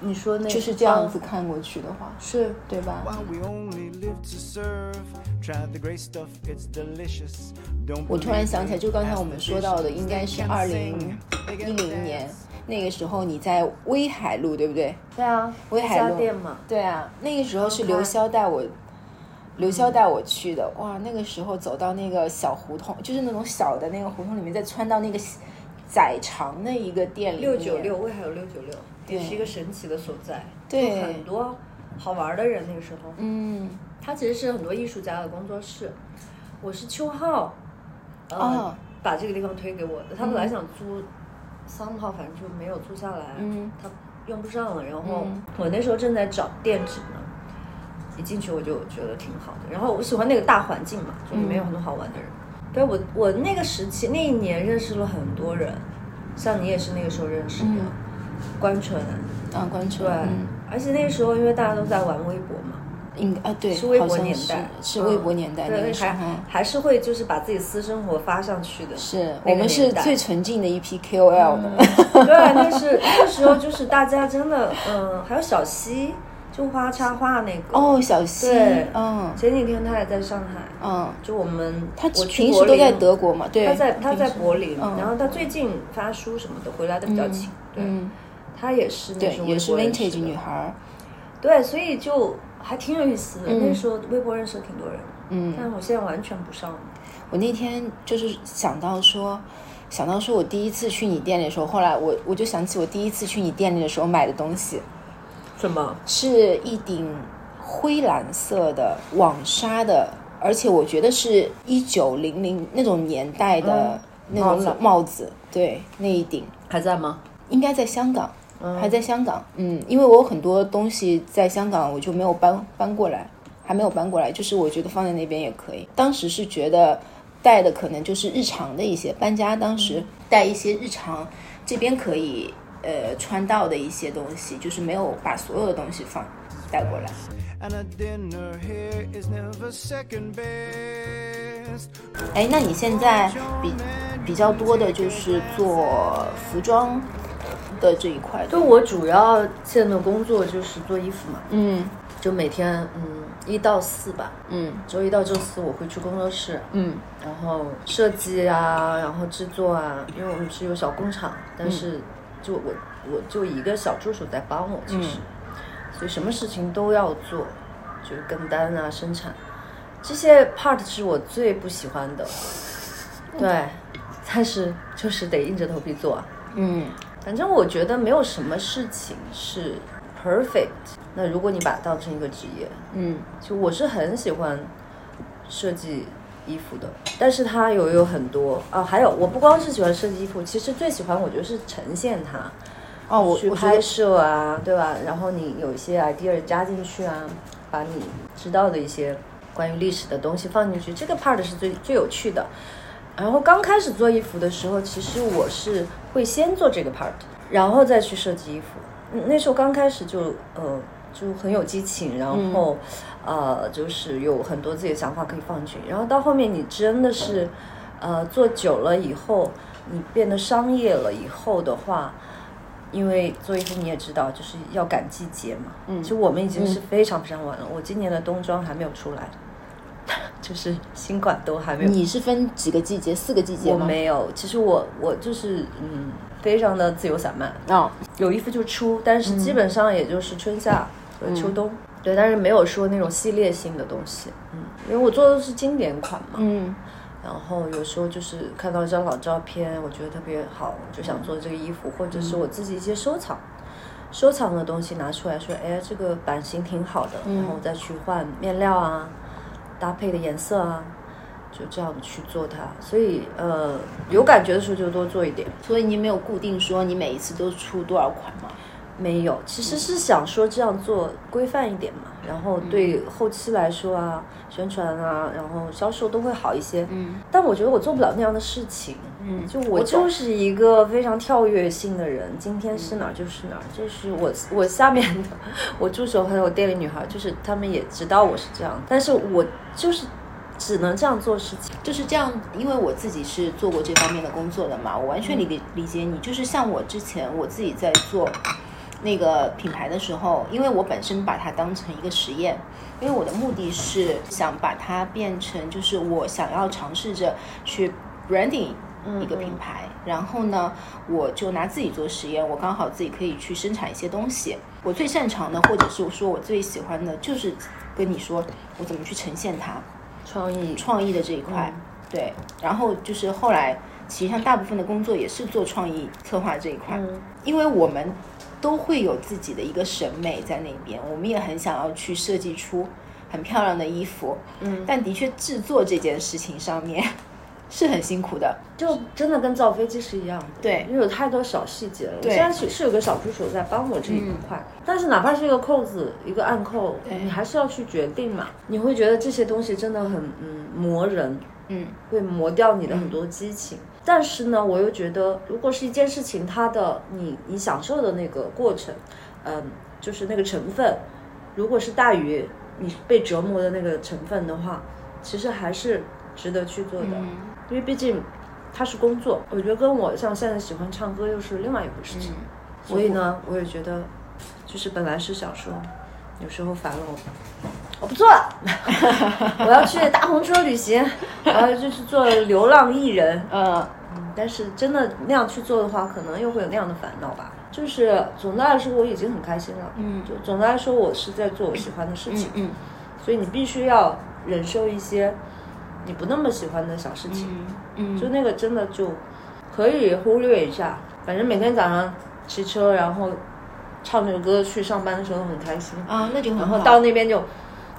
[SPEAKER 1] 你说那嗯
[SPEAKER 2] 就是这样子，看过去的话，
[SPEAKER 1] 是
[SPEAKER 2] 对吧？
[SPEAKER 3] Why we only live to serve. Try the great stuff, it's delicious. Don't
[SPEAKER 2] 我突然想起来，就刚才
[SPEAKER 3] ask
[SPEAKER 2] 我
[SPEAKER 3] the
[SPEAKER 2] 们说到的，应该是
[SPEAKER 3] dishes.
[SPEAKER 2] 二
[SPEAKER 3] They
[SPEAKER 2] 零
[SPEAKER 3] can sing, they
[SPEAKER 2] 一
[SPEAKER 3] can
[SPEAKER 2] 零年
[SPEAKER 3] dance.
[SPEAKER 2] 那个时候，你在威海路，对不对？
[SPEAKER 1] 对啊，
[SPEAKER 2] 威海
[SPEAKER 1] 家
[SPEAKER 2] 路
[SPEAKER 1] 店嘛，
[SPEAKER 2] 对啊，那个时候是
[SPEAKER 1] 刚开
[SPEAKER 2] 刘潇带我，刘潇带我去的。哇，那个时候走到那个小胡同，就是那种小的那个胡同里面，再穿到那个窄长的一个店里面，
[SPEAKER 1] 六九六，威海有六九六，也是一个神奇的所在，
[SPEAKER 2] 对
[SPEAKER 1] 有很多好玩的人。那个时候，
[SPEAKER 2] 嗯，
[SPEAKER 1] 它其实是很多艺术家的工作室。我是邱浩，呃，
[SPEAKER 2] 哦
[SPEAKER 1] 把这个地方推给我
[SPEAKER 2] 嗯
[SPEAKER 1] 的。他本来想租三号，反正就没有租下来，
[SPEAKER 2] 嗯
[SPEAKER 1] 他用不上了。然后
[SPEAKER 2] 嗯
[SPEAKER 1] 我那时候正在找店址呢，一进去我就觉得挺好的。然后我喜欢那个大环境嘛，就里面有很多好玩的人。
[SPEAKER 2] 嗯
[SPEAKER 1] 对我，我那个时期那一年认识了很多人，像你也是那个时候认识的，
[SPEAKER 2] 嗯
[SPEAKER 1] 关纯，
[SPEAKER 2] 啊，关注，
[SPEAKER 1] 对，
[SPEAKER 2] 嗯，
[SPEAKER 1] 而且那个时候因为大家都在玩微博嘛。
[SPEAKER 2] 应啊，对，
[SPEAKER 1] 是微
[SPEAKER 2] 好
[SPEAKER 1] 博
[SPEAKER 2] 像
[SPEAKER 1] 年
[SPEAKER 2] 是
[SPEAKER 1] 代，
[SPEAKER 2] 是
[SPEAKER 1] 嗯
[SPEAKER 2] 微博年代
[SPEAKER 1] 对
[SPEAKER 2] 那个时候，
[SPEAKER 1] 还还是会就是把自己私生活发上去的。
[SPEAKER 2] 是
[SPEAKER 1] 那个
[SPEAKER 2] 我们是
[SPEAKER 1] 年代 <laughs> 嗯
[SPEAKER 2] 最纯净的一批 KOL 的，
[SPEAKER 1] 对，但是那个时候就是大家真的，嗯，还有小溪，就花插画那个。
[SPEAKER 2] 哦，小溪
[SPEAKER 1] 对，
[SPEAKER 2] 嗯
[SPEAKER 1] 前几天他也在上海，
[SPEAKER 2] 嗯，
[SPEAKER 1] 就我们
[SPEAKER 2] 他
[SPEAKER 1] 我去
[SPEAKER 2] 平时
[SPEAKER 1] 柏
[SPEAKER 2] 都在
[SPEAKER 1] 林
[SPEAKER 2] 德国嘛，对，
[SPEAKER 1] 他在他
[SPEAKER 2] 平时
[SPEAKER 1] 在柏林，
[SPEAKER 2] 嗯
[SPEAKER 1] 然后他最近发书什么的，回来的比较勤。对，
[SPEAKER 2] 嗯，
[SPEAKER 1] 他也是那
[SPEAKER 2] 对，
[SPEAKER 1] 种
[SPEAKER 2] 也是 vintage 女
[SPEAKER 1] 女。
[SPEAKER 2] 孩儿，
[SPEAKER 1] 对，所以就还挺有意思的。
[SPEAKER 2] 嗯
[SPEAKER 1] 那时候微博认识了挺多人，
[SPEAKER 2] 嗯，
[SPEAKER 1] 但我现在完全不上了。
[SPEAKER 2] 我那天就是想到说，想到说我第一次去你店里的时候，后来我我就想起我第一次去你店里的时候买的东西，
[SPEAKER 1] 什么？
[SPEAKER 2] 是一顶灰蓝色的网纱的，而且我觉得是一九零零那种年代的
[SPEAKER 1] 嗯
[SPEAKER 2] 那种
[SPEAKER 1] 帽
[SPEAKER 2] 老
[SPEAKER 1] 子
[SPEAKER 2] 帽子，对，那一顶
[SPEAKER 1] 还在吗？
[SPEAKER 2] 应该在香港，
[SPEAKER 1] 嗯
[SPEAKER 2] 还在香港，嗯，因为我有很多东西在香港，我就没有搬搬过来，还没有搬过来，就是我觉得放在那边也可以。当时是觉得带的可能就是日常的一些搬家，当时带一些日常这边可以呃穿到的一些东西，就是没有把所有的东西放带过来。
[SPEAKER 3] And a dinner here is never second best.
[SPEAKER 2] 哎，那你现在比比较多的就是做服装的这一块的，
[SPEAKER 1] 就我主要现在的工作就是做衣服嘛，
[SPEAKER 2] 嗯
[SPEAKER 1] 就每天嗯一到四吧，
[SPEAKER 2] 嗯
[SPEAKER 1] 周一到周四我会去工作室，
[SPEAKER 2] 嗯
[SPEAKER 1] 然后设计啊，然后制作啊，因为我们是有小工厂，但是就我我就一个小助手在帮我，其实，所以什么事情都要做，就是跟单啊、生产这些 part 是我最不喜 <laughs> 欢的，对，但是就是得硬着头皮做啊。
[SPEAKER 2] 嗯，
[SPEAKER 1] 反正我觉得没有什么事情是 perfect。那如果你把它当成一个职业，
[SPEAKER 2] 嗯
[SPEAKER 1] 就我是很喜欢设计衣服的，但是它有有很多啊，还有我不光是喜欢设计衣服，其实最喜欢我觉得是呈现它，
[SPEAKER 2] 哦，我
[SPEAKER 1] 去
[SPEAKER 2] 我觉得
[SPEAKER 1] 拍摄啊，对吧？然后你有一些 idea 加进去啊，把你知道的一些关于历史的东西放进去，这个 part 是最最有趣的。然后刚开始做衣服的时候，其实我是会先做这个 part，然后再去设计衣服。嗯那时候刚开始就呃就很有激情，然后、呃就是有很多自己的想法可以放进去。然后到后面你真的是呃做久了以后，你变得商业了以后的话，因为做衣服你也知道，就是要赶季节嘛。
[SPEAKER 2] 嗯
[SPEAKER 1] 就我们已经是非常非常晚了，我今年的冬装还没有出来， <laughs> 就是新款都还没有。
[SPEAKER 2] 你是分几个季节？四个季节
[SPEAKER 1] 我
[SPEAKER 2] 吗？
[SPEAKER 1] 没有，其实我我就是嗯，非常的自由散漫，
[SPEAKER 2] 哦，
[SPEAKER 1] 有衣服就出，但是基本上也就是春夏和秋冬，对，但是没有说那种系列性的东西，嗯，因为我做的是经典款嘛，
[SPEAKER 2] 嗯
[SPEAKER 1] 然后有时候就是看到一张老照片，我觉得特别好，我就想做这个衣服，或者是我自己一些收藏。收藏的东西拿出来说，哎，这个版型挺好的，然后我再去换面料啊，搭配的颜色啊，就这样去做它。所以，呃，有感觉的时候就多做一点。
[SPEAKER 2] 所以你没有固定说你每一次都出多少款吗？
[SPEAKER 1] 没有，其实是想说这样做规范一点嘛，然后
[SPEAKER 2] 嗯
[SPEAKER 1] 对后期来说啊，宣传啊，然后销售都会好一些。
[SPEAKER 2] 嗯，
[SPEAKER 1] 但我觉得我做不了那样的事情。
[SPEAKER 2] 嗯
[SPEAKER 1] 就我就是一个非常跳跃性的人，今天是
[SPEAKER 2] 嗯
[SPEAKER 1] 哪儿就是哪儿，就是我我下面的 <laughs> 我助手还有店里女孩，就是他们也知道我是这样，但是我就是只能这样做事情。
[SPEAKER 2] 就是这样，因为我自己是做过这方面的工作的嘛，我完全理理理解你。就是像我之前我自己在做那个品牌的时候，因为我本身把它当成一个实验，因为我的目的是想把它变成，就是我想要尝试着去 branding 一个品牌，然后呢，我就拿自己做实验，我刚好自己可以去生产一些东西。我最擅长的，或者是说我最喜欢的，就是跟你说我怎么去呈现它。
[SPEAKER 1] 创意，
[SPEAKER 2] 嗯创意的这一块，
[SPEAKER 1] 嗯
[SPEAKER 2] 对。然后就是后来，其实像大部分的工作也是做创意策划这一块，
[SPEAKER 1] 嗯
[SPEAKER 2] 因为我们都会有自己的一个审美在那边，我们也很想要去设计出很漂亮的衣服，
[SPEAKER 1] 嗯，
[SPEAKER 2] 但的确制作这件事情上面 <laughs> 是很辛苦的，
[SPEAKER 1] 就真的跟造飞机是一样的，
[SPEAKER 2] 对
[SPEAKER 1] 因为有太多小细节了。我
[SPEAKER 2] 对嗯
[SPEAKER 1] 虽然是是有个小助手在帮我这一块，但是哪怕是一个扣子、一个暗扣，
[SPEAKER 2] 对
[SPEAKER 1] 你还是要去决定嘛。你会觉得这些东西真的很嗯磨人，
[SPEAKER 2] 嗯
[SPEAKER 1] 会磨掉你的很多激情。但是呢，我又觉得，如果是一件事情，它的你你享受的那个过程，嗯，就是那个成分，如果是大于你被折磨的那个成分的话，其实还是值得去做的。
[SPEAKER 2] 嗯
[SPEAKER 1] 因为毕竟它是工作，我觉得跟我像现在喜欢唱歌又是另外一回事情。所以呢，嗯我也觉得，就是本来是想说，有时候烦了我，我不做了， <laughs> 我要去大红车旅行，我要就是做流浪艺人。
[SPEAKER 2] 呃，
[SPEAKER 1] 但是真的那样去做的话，可能又会有那样的烦恼吧。就是总的来说，我已经很开心了。
[SPEAKER 2] 嗯
[SPEAKER 1] 就总的来说，我是在做我喜欢的事
[SPEAKER 2] 嗯
[SPEAKER 1] 情。
[SPEAKER 2] 嗯
[SPEAKER 1] 所以你必须要忍受一些你不那么喜欢的小事情，
[SPEAKER 2] 嗯嗯，
[SPEAKER 1] 就那个真的就可以忽略一下。反正每天早上骑车，然后唱着歌去上班的时候很开心，
[SPEAKER 2] 啊，那就很
[SPEAKER 1] 然
[SPEAKER 2] 好
[SPEAKER 1] 后到那边就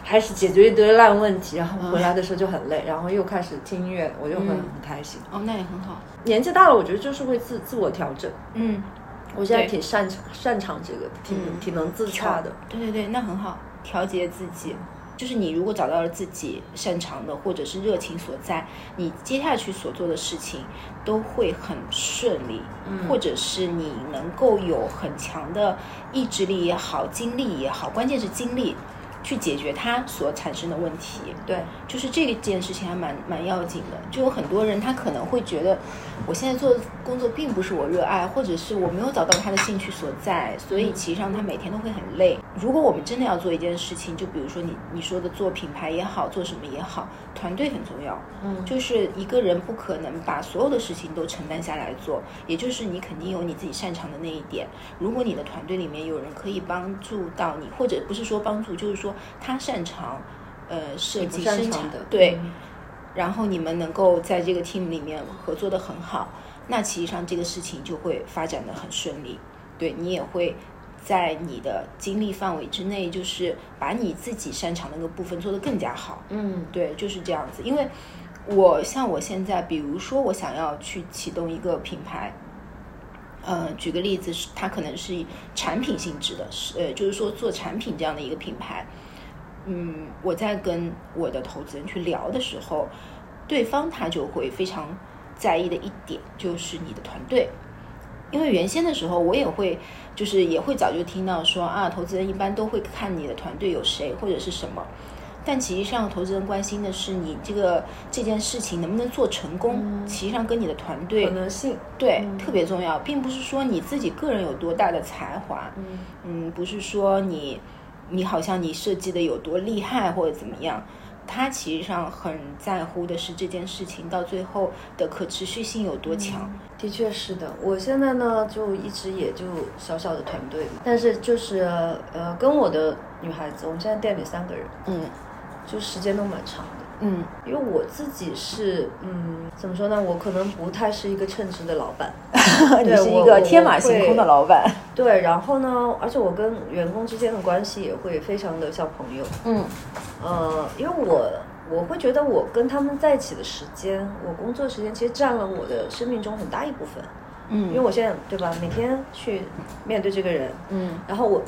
[SPEAKER 1] 开始解决一堆烂问题，然后回来的时候就很累，然后又开始听音乐，我就会
[SPEAKER 2] 嗯
[SPEAKER 1] 很开心。
[SPEAKER 2] 哦，那也很好，
[SPEAKER 1] 年纪大了，我觉得就是会自自我调整。
[SPEAKER 2] 嗯，
[SPEAKER 1] 我现在
[SPEAKER 2] 对
[SPEAKER 1] 挺擅长擅长这个，挺、
[SPEAKER 2] 嗯
[SPEAKER 1] 挺能自洽的。
[SPEAKER 2] 对对对，那很好，调节自己。就是你如果找到了自己擅长的或者是热情所在，你接下去所做的事情都会很顺利，或者是你能够有很强的意志力也好，精力也好，关键是精力去解决它所产生的问题。
[SPEAKER 1] 对，
[SPEAKER 2] 就是这件事情还蛮蛮要紧的。就有很多人他可能会觉得，我现在做的工作并不是我热爱，或者是我没有找到他的兴趣所在，所以其实上他每天都会很累。如果我们真的要做一件事情，就比如说你你说的做品牌也好，做什么也好，团队很重要。
[SPEAKER 1] 嗯
[SPEAKER 2] 就是一个人不可能把所有的事情都承担下来做，也就是你肯定有你自己擅长的那一点。如果你的团队里面有人可以帮助到你，或者不是说帮助，就是说他擅长，呃，设
[SPEAKER 1] 你不
[SPEAKER 2] 计
[SPEAKER 1] 擅
[SPEAKER 2] 生
[SPEAKER 1] 长
[SPEAKER 2] 产
[SPEAKER 1] 的，
[SPEAKER 2] 对，
[SPEAKER 1] 嗯
[SPEAKER 2] 然后你们能够在这个 team 里面合作的很好，那其实上这个事情就会发展的很顺利。对你也会在你的精力范围之内，就是把你自己擅长的那个部分做得更加好。
[SPEAKER 1] 嗯
[SPEAKER 2] 对，就是这样子。因为我像我现在，比如说我想要去启动一个品牌，呃，举个例子，是它可能是产品性质的，是呃，就是说做产品这样的一个品牌。嗯，我在跟我的投资人去聊的时候，对方他就会非常在意的一点就是你的团队，因为原先的时候我也会，就是也会早就听到说啊，投资人一般都会看你的团队有谁或者是什么，但其实上投资人关心的是你这个这件事情能不能做成功，
[SPEAKER 1] 嗯
[SPEAKER 2] 其实上跟你的团队
[SPEAKER 1] 可能性，
[SPEAKER 2] 对、
[SPEAKER 1] 嗯
[SPEAKER 2] 特别重要，并不是说你自己个人有多大的才华，
[SPEAKER 1] 嗯
[SPEAKER 2] 嗯，不是说你你好像你设计的有多厉害或者怎么样，他其实上很在乎的是这件事情到最后的可持续性有多强。
[SPEAKER 1] 的确是的，我现在呢就一直也就小小的团队嘛，但是就是呃跟我的女孩子，我们现在店里三个人，
[SPEAKER 2] 嗯
[SPEAKER 1] 就时间都蛮长的。
[SPEAKER 2] 嗯
[SPEAKER 1] 因为我自己是，嗯，怎么说呢？我可能不太是一个称职的老板，
[SPEAKER 2] <laughs> 你是一
[SPEAKER 1] 我
[SPEAKER 2] 个
[SPEAKER 1] 我
[SPEAKER 2] 天马行空的
[SPEAKER 1] 会
[SPEAKER 2] 老板。
[SPEAKER 1] 对。然后呢，而且我跟员工之间的关系也会非常的像朋友，
[SPEAKER 2] 嗯
[SPEAKER 1] 呃，因为我我会觉得我跟他们在一起的时间，我工作时间其实占了我的生命中很大一部分，因为
[SPEAKER 2] 嗯
[SPEAKER 1] 我现在对吧，每天去面对这个人，
[SPEAKER 2] 嗯
[SPEAKER 1] 然后我，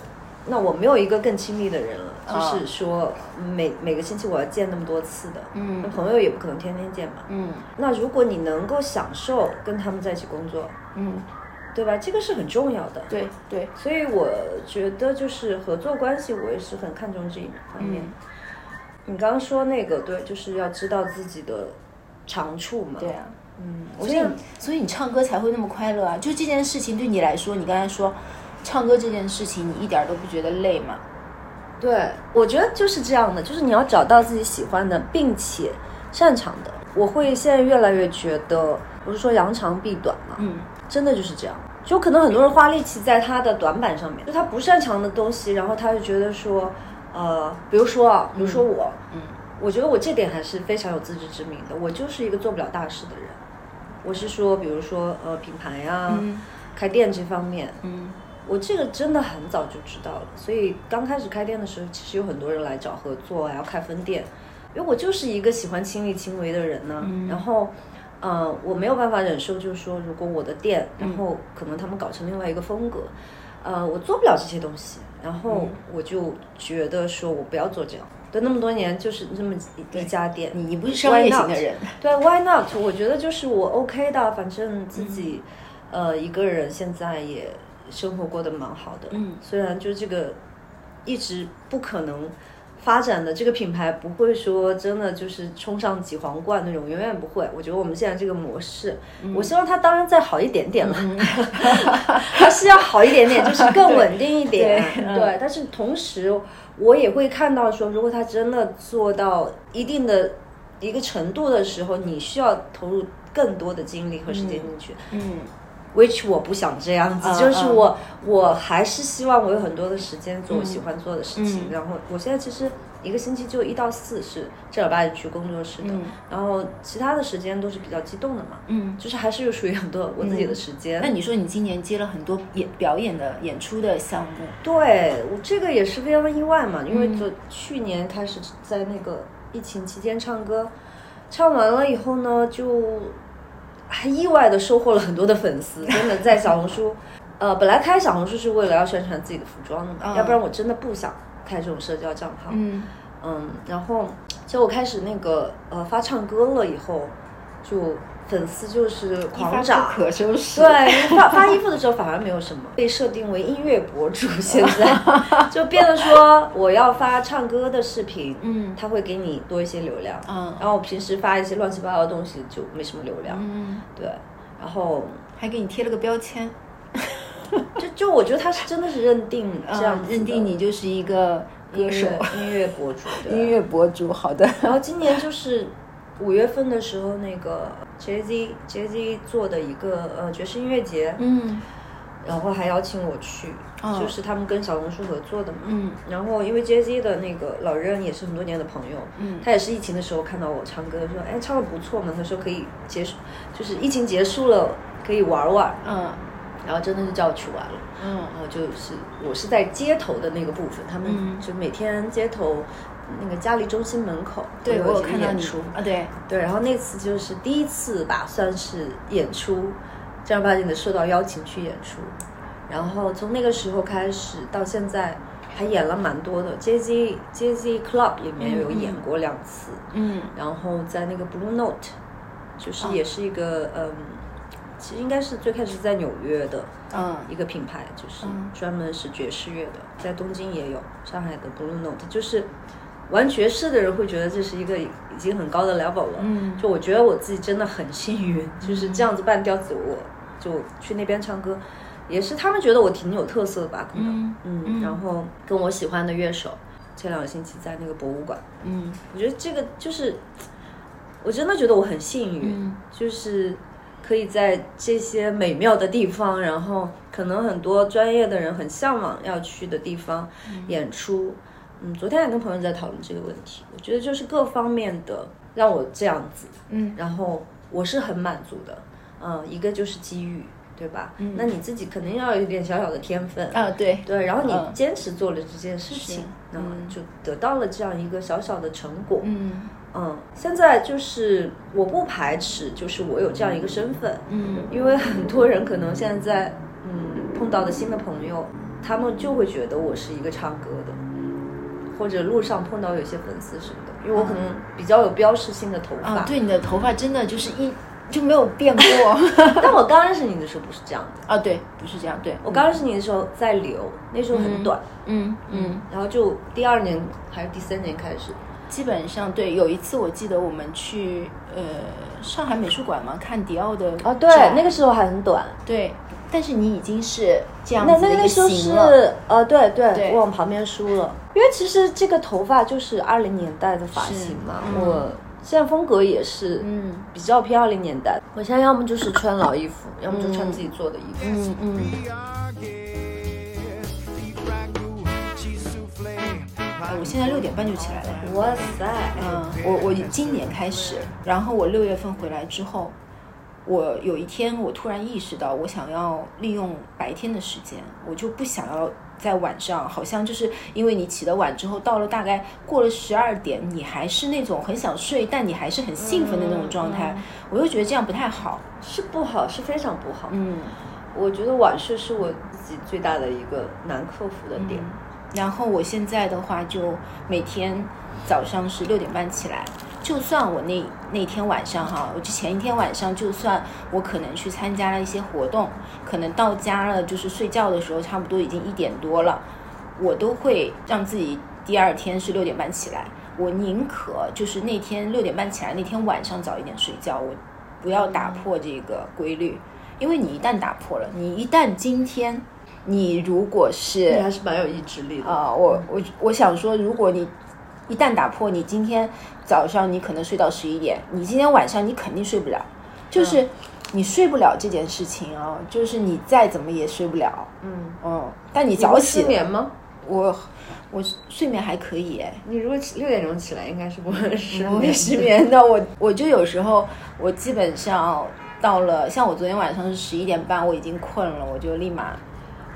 [SPEAKER 1] 那我没有一个更亲密的人了，
[SPEAKER 2] 啊
[SPEAKER 1] 就是说每每个星期我要见那么多次的，
[SPEAKER 2] 嗯
[SPEAKER 1] 那朋友也不可能天天见嘛。
[SPEAKER 2] 嗯
[SPEAKER 1] 那如果你能够享受跟他们在一起工作，
[SPEAKER 2] 嗯，
[SPEAKER 1] 对吧？这个是很重要的。
[SPEAKER 2] 对对，
[SPEAKER 1] 所以我觉得就是合作关系，我也是很看重这一方面。
[SPEAKER 2] 嗯
[SPEAKER 1] 你刚刚说那个对，就是要知道自己的长处嘛。
[SPEAKER 2] 对啊。
[SPEAKER 1] 嗯，我
[SPEAKER 2] 所以
[SPEAKER 1] 现在
[SPEAKER 2] 你，所以你唱歌才会那么快乐啊！就这件事情对你来说，你刚才说唱歌这件事情，你一点儿都不觉得累吗？
[SPEAKER 1] 对，我觉得就是这样的，就是你要找到自己喜欢的，并且擅长的。我会现在越来越觉得，不是说扬长避短嘛，
[SPEAKER 2] 嗯
[SPEAKER 1] 真的就是这样。就可能很多人花力气在他的短板上面，就他不擅长的东西，然后他就觉得说，呃，比如说啊，比如说我，
[SPEAKER 2] 嗯
[SPEAKER 1] 我觉得我这点还是非常有自知之明的，我就是一个做不了大事的人。我是说，比如说呃，品牌呀、
[SPEAKER 2] 嗯
[SPEAKER 1] 开店这方面，
[SPEAKER 2] 嗯
[SPEAKER 1] 我这个真的很早就知道了，所以刚开始开店的时候，其实有很多人来找合作啊，要开分店，因为我就是一个喜欢亲力亲为的人呢、
[SPEAKER 2] 嗯
[SPEAKER 1] 然后，呃，我没有办法忍受，就是说，如果我的店，
[SPEAKER 2] 嗯
[SPEAKER 1] 然后可能他们搞成另外一个风格，呃，我做不了这些东西，然后
[SPEAKER 2] 嗯
[SPEAKER 1] 我就觉得说我不要做这样。对，那么多年就是这么一一家店，
[SPEAKER 2] 你你不是商业型的人，
[SPEAKER 1] 对，Why not？我觉得就是我 OK 的，反正
[SPEAKER 2] 嗯
[SPEAKER 1] 自己、呃一个人现在也生活过得蛮好的。
[SPEAKER 2] 嗯
[SPEAKER 1] 虽然就这个一直不可能发展的这个品牌，不会说真的就是冲上几皇冠那种，永远不会。我觉得我们现在这个模式，
[SPEAKER 2] 嗯
[SPEAKER 1] 我希望它当然再好一点点了， <laughs> 还是要好一点点，就是
[SPEAKER 2] <laughs>
[SPEAKER 1] 更稳定一点。
[SPEAKER 2] 对嗯
[SPEAKER 1] 对，但是同时我也会看到说，如果他真的做到一定的一个程度的时候，你需要投入更多的精力和时间进去。
[SPEAKER 2] 嗯
[SPEAKER 1] which 我不想这样子，
[SPEAKER 2] 嗯
[SPEAKER 1] 就是
[SPEAKER 2] 嗯
[SPEAKER 1] 我、我还是希望我有很多的时间做我喜欢做的事情。
[SPEAKER 2] 嗯
[SPEAKER 1] 然后我现在其实一个星期就一到四是正儿八经去工作室的，
[SPEAKER 2] 嗯
[SPEAKER 1] 然后其他的时间都是比较激动的嘛，
[SPEAKER 2] 嗯。
[SPEAKER 1] 就是还是有属于很多我自己的时间。
[SPEAKER 2] 那你说你今年接了很多演表演的演出的项目，
[SPEAKER 1] 对我这个也是非常意外嘛，因为
[SPEAKER 2] 嗯
[SPEAKER 1] 就去年开始在那个疫情期间唱歌，唱完了以后呢，就还意外的收获了很多的粉
[SPEAKER 2] <laughs>
[SPEAKER 1] 丝，真的在小红书，呃，本来开小红书是为了要宣传自己的服装的嘛，
[SPEAKER 2] 嗯
[SPEAKER 1] 要不然我真的不想开这种社交账号，嗯
[SPEAKER 2] 嗯
[SPEAKER 1] 然后结果开始那个呃发唱歌了以后，就粉丝就是狂涨，
[SPEAKER 2] 可收拾。
[SPEAKER 1] 对，发发衣服的时候反而没有什么， <laughs> 被设定为音乐博主，现在 <laughs> 就变得说我要发唱歌的视频，
[SPEAKER 2] 嗯
[SPEAKER 1] 他会给你多一些流量，
[SPEAKER 2] 嗯
[SPEAKER 1] 然后我平时发一些乱七八糟的东西就没什么流量，
[SPEAKER 2] 嗯，
[SPEAKER 1] 对，然后
[SPEAKER 2] 还给你贴了个标签，
[SPEAKER 1] 就就我觉得他是真的是认定这样
[SPEAKER 2] 嗯
[SPEAKER 1] 子的、
[SPEAKER 2] 认定你就是一个歌
[SPEAKER 1] 音
[SPEAKER 2] 手、
[SPEAKER 1] 乐音乐博主，对
[SPEAKER 2] 音乐博主。好的，
[SPEAKER 1] 然后今年就是五月份的时候，那个 Jay Z Jay Z 做的一个呃爵士音乐节，
[SPEAKER 2] 嗯
[SPEAKER 1] 然后还邀请我去，
[SPEAKER 2] 哦
[SPEAKER 1] 就是他们跟小红书合作的嘛。
[SPEAKER 2] 嗯
[SPEAKER 1] 然后因为 Jay Z 的那个老任也是很多年的朋友，
[SPEAKER 2] 嗯
[SPEAKER 1] 他也是疫情的时候看到我唱歌，说哎唱的不错嘛，他说可以结束，就是疫情结束了，可以玩玩，
[SPEAKER 2] 嗯
[SPEAKER 1] 然后真的就叫我去玩了。
[SPEAKER 2] 嗯
[SPEAKER 1] 然后就是我是在街头的那个部分，他
[SPEAKER 2] 嗯
[SPEAKER 1] 们就每天街头那个嘉里中心门口，
[SPEAKER 2] 对
[SPEAKER 1] 会
[SPEAKER 2] 我
[SPEAKER 1] 这
[SPEAKER 2] 有
[SPEAKER 1] 个
[SPEAKER 2] 看到
[SPEAKER 1] 演
[SPEAKER 2] 你
[SPEAKER 1] 出
[SPEAKER 2] 啊，对，
[SPEAKER 1] 对，然后那次就是第一次吧，算是演出正儿八经的受到邀请去演出，然后从那个时候开始到现在，还演了蛮多的，JZ JZ Club 里面有演过两次，
[SPEAKER 2] 嗯
[SPEAKER 1] 然后在那个 Blue Note，就是
[SPEAKER 2] 哦
[SPEAKER 1] 也是一个、嗯，其实应该是最开始在纽约的
[SPEAKER 2] 嗯
[SPEAKER 1] 一个品牌，就是
[SPEAKER 2] 嗯
[SPEAKER 1] 专门是爵士乐的，在东京也有，上海的 Blue Note 就是。玩爵士的人会觉得这是一个已经很高的 level 了，
[SPEAKER 2] 嗯
[SPEAKER 1] 就我觉得我自己真的很幸运，就是这样子半吊子我，就去那边唱歌，也是他们觉得我挺有特色的吧，可能，
[SPEAKER 2] 嗯
[SPEAKER 1] 嗯，
[SPEAKER 2] 嗯
[SPEAKER 1] 然后跟我喜欢的乐手，前两个星期在那个博物馆，
[SPEAKER 2] 嗯
[SPEAKER 1] 我觉得这个就是，我真的觉得我很幸运，
[SPEAKER 2] 嗯
[SPEAKER 1] 就是可以在这些美妙的地方，然后可能很多专业的人很向往要去的地方演出。嗯，昨天还跟朋友在讨论这个问题，我觉得就是各方面的让我这样子，
[SPEAKER 2] 嗯
[SPEAKER 1] 然后我是很满足的。嗯，一个就是机遇，对吧？
[SPEAKER 2] 嗯
[SPEAKER 1] 那你自己肯定要有一点小小的天分，
[SPEAKER 2] 啊，对，
[SPEAKER 1] 对，然后
[SPEAKER 2] 嗯
[SPEAKER 1] 你坚持做了这件事情
[SPEAKER 2] 是，
[SPEAKER 1] 那么
[SPEAKER 2] 嗯
[SPEAKER 1] 就得到了这样一个小小的成果。
[SPEAKER 2] 嗯
[SPEAKER 1] 嗯，现在就是我不排斥，就是我有这样一个身份，
[SPEAKER 2] 嗯
[SPEAKER 1] 因为很多人可能现在嗯碰到的新的朋友，他们就会觉得我是一个唱歌的，或者路上碰到有些粉丝什么的，因为我可能比较有标识性的头发。
[SPEAKER 2] 嗯啊，对，你的头发真的就是一就没有
[SPEAKER 1] <laughs>
[SPEAKER 2] 变过
[SPEAKER 1] 但我刚认识你的时候不是这样的，
[SPEAKER 2] 啊，对，不是这样，对
[SPEAKER 1] 我刚认识你的时候在留，那时候很短，
[SPEAKER 2] 嗯嗯，
[SPEAKER 1] 然后就第二年还是第三年开始，
[SPEAKER 2] 基本上对。有一次我记得我们去呃上海美术馆嘛，看迪奥的展
[SPEAKER 1] 哦那个时候还很短，
[SPEAKER 2] 对，但是你已经是这样
[SPEAKER 1] 那
[SPEAKER 2] 子的
[SPEAKER 1] 那
[SPEAKER 2] 一
[SPEAKER 1] 个时候是
[SPEAKER 2] 型了，
[SPEAKER 1] 呃，对对，
[SPEAKER 2] 对
[SPEAKER 1] 我往旁边梳了，因为其实这个头发就是二零年代的发型嘛，
[SPEAKER 2] 是嗯
[SPEAKER 1] 我现在风格也是，
[SPEAKER 2] 嗯
[SPEAKER 1] 比较偏二零年代。我现在要么就是穿老衣服，要么就穿自己做的衣服。
[SPEAKER 2] 嗯嗯
[SPEAKER 3] Be our guest. Eat ragu, cheese soufflé,
[SPEAKER 2] 呃我现在六点半就起来了。
[SPEAKER 1] 哇塞，
[SPEAKER 2] 嗯，我我今年开始，然后我六月份回来之后，我有一天我突然意识到，我想要利用白天的时间，我就不想要在晚上，好像就是因为你起得晚之后，到了大概过了十二点，你还是那种很想睡，但你还是很兴奋的那种状态，我又觉得这样不太好。
[SPEAKER 1] 是不好，是非常不好。
[SPEAKER 2] 嗯，
[SPEAKER 1] 我觉得晚睡是我自己最大的一个难克服的点。
[SPEAKER 2] 然后我现在的话，就每天早上是六点半起来。就算我那那天晚上哈，我就前一天晚上，就算我可能去参加了一些活动，可能到家了就是睡觉的时候，差不多已经一点多了，我都会让自己第二天是六点半起来。我宁可就是那天六点半起来，那天晚上早一点睡觉，我不要打破这个规律，因为你一旦打破了，你一旦今天你如果是
[SPEAKER 1] 你还是蛮有意志力的。
[SPEAKER 2] 啊、我我我想说，如果你一旦打破，你今天早上你可能睡到十一点，你今天晚上你肯定睡不了，
[SPEAKER 1] 嗯
[SPEAKER 2] 就是你睡不了这件事情啊、就是你再怎么也睡不了，
[SPEAKER 1] 嗯，
[SPEAKER 2] 嗯，但你
[SPEAKER 1] 你
[SPEAKER 2] 早
[SPEAKER 1] 会失
[SPEAKER 2] 起，
[SPEAKER 1] 眠吗？
[SPEAKER 2] 我我睡眠还可以哎，
[SPEAKER 1] <laughs> 你如果起六点钟起来，应该是不会失眠。
[SPEAKER 2] 我
[SPEAKER 1] <laughs>
[SPEAKER 2] 会失。眠的。我我就有时候，我基本上到了，像我昨天晚上是十一点半，我已经困了，我就立马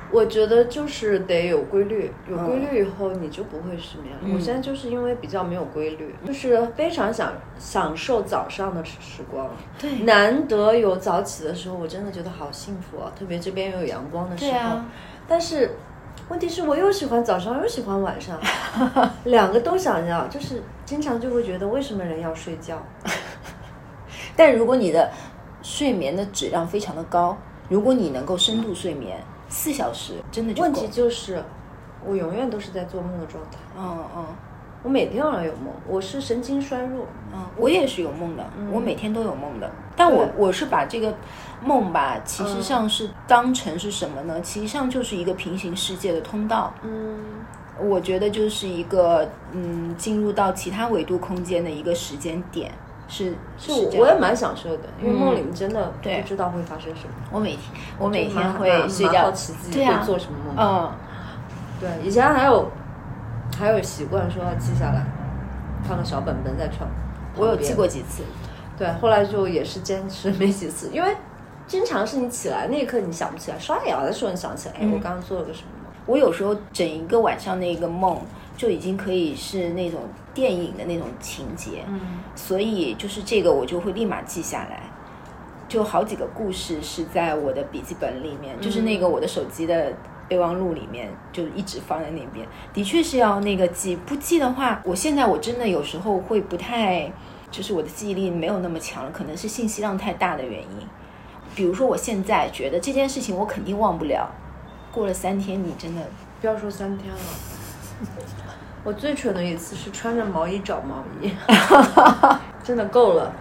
[SPEAKER 1] 我觉得就是得有规律，有
[SPEAKER 2] 嗯
[SPEAKER 1] 规律以后你就不会失眠了。我现在就是因为比较没有规律，就是非常想享受早上的时光，
[SPEAKER 2] 对
[SPEAKER 1] 难得有早起的时候，我真的觉得好幸福啊！特别这边又有阳光的时
[SPEAKER 2] 对
[SPEAKER 1] 候，
[SPEAKER 2] 啊，
[SPEAKER 1] 但是问题是我又喜欢早上，又喜欢晚
[SPEAKER 2] <laughs>
[SPEAKER 1] 上，两个都想要，就是经常就会觉得为什么人要睡
[SPEAKER 2] <laughs>
[SPEAKER 1] 觉？
[SPEAKER 2] 但如果你的睡眠的质量非常的高，如果你能够深度睡眠四小时，真的就够。
[SPEAKER 1] 问题就是我永远都是在做梦的状态，
[SPEAKER 2] 嗯嗯
[SPEAKER 1] 我每天晚上有梦，我是神经衰弱。
[SPEAKER 2] 嗯，我也是有梦的，我每天都有梦的。但我
[SPEAKER 1] 嗯对
[SPEAKER 2] 我是把这个梦吧，其实上是当成是什么呢？其实上就是一个平行世界的通道。
[SPEAKER 1] 嗯。
[SPEAKER 2] 我觉得就是一个嗯，进入到其他维度空间的一个时间点。是
[SPEAKER 1] 就是我
[SPEAKER 2] 这
[SPEAKER 1] 我
[SPEAKER 2] 样
[SPEAKER 1] 也
[SPEAKER 2] 的
[SPEAKER 1] 蛮享受的，因为梦里面真的
[SPEAKER 2] 嗯对
[SPEAKER 1] 不知道会发生什么。
[SPEAKER 2] 我每天我每
[SPEAKER 1] 就蛮
[SPEAKER 2] 天
[SPEAKER 1] 好
[SPEAKER 2] 会
[SPEAKER 1] 蛮
[SPEAKER 2] 睡
[SPEAKER 1] 蛮
[SPEAKER 2] 觉
[SPEAKER 1] 好奇自，己
[SPEAKER 2] 对啊
[SPEAKER 1] 会，做什么梦。
[SPEAKER 2] 嗯，
[SPEAKER 1] 对，以前还有还有习惯说要记下来，看个小本本再穿。
[SPEAKER 2] 我有
[SPEAKER 1] 旁边
[SPEAKER 2] 记过。几次，
[SPEAKER 1] 对，后来就也是坚持没几次，因为经常是你起来那一刻你想不起来，刷牙的时候你想起来，哎，
[SPEAKER 2] 嗯
[SPEAKER 1] 我刚刚做了个什么吗？
[SPEAKER 2] 我有时候整一个晚上的一个梦，就已经可以是那种电影的那种情节，
[SPEAKER 1] 嗯，
[SPEAKER 2] 所以就是这个我就会立马记下来。就好几个故事是在我的笔记本里面，就是那个我的手机的备忘录里面，就一直放在那边。的确是要那个记，不记的话，我现在我真的有时候会不太，就是我的记忆力没有那么强了，可能是信息量太大的原因。比如说，我现在觉得这件事情我肯定忘不了，过了三天，你真的
[SPEAKER 1] 不要说三天了。我最蠢的一次是穿着毛衣找毛
[SPEAKER 2] <laughs>
[SPEAKER 1] 衣，真的够了。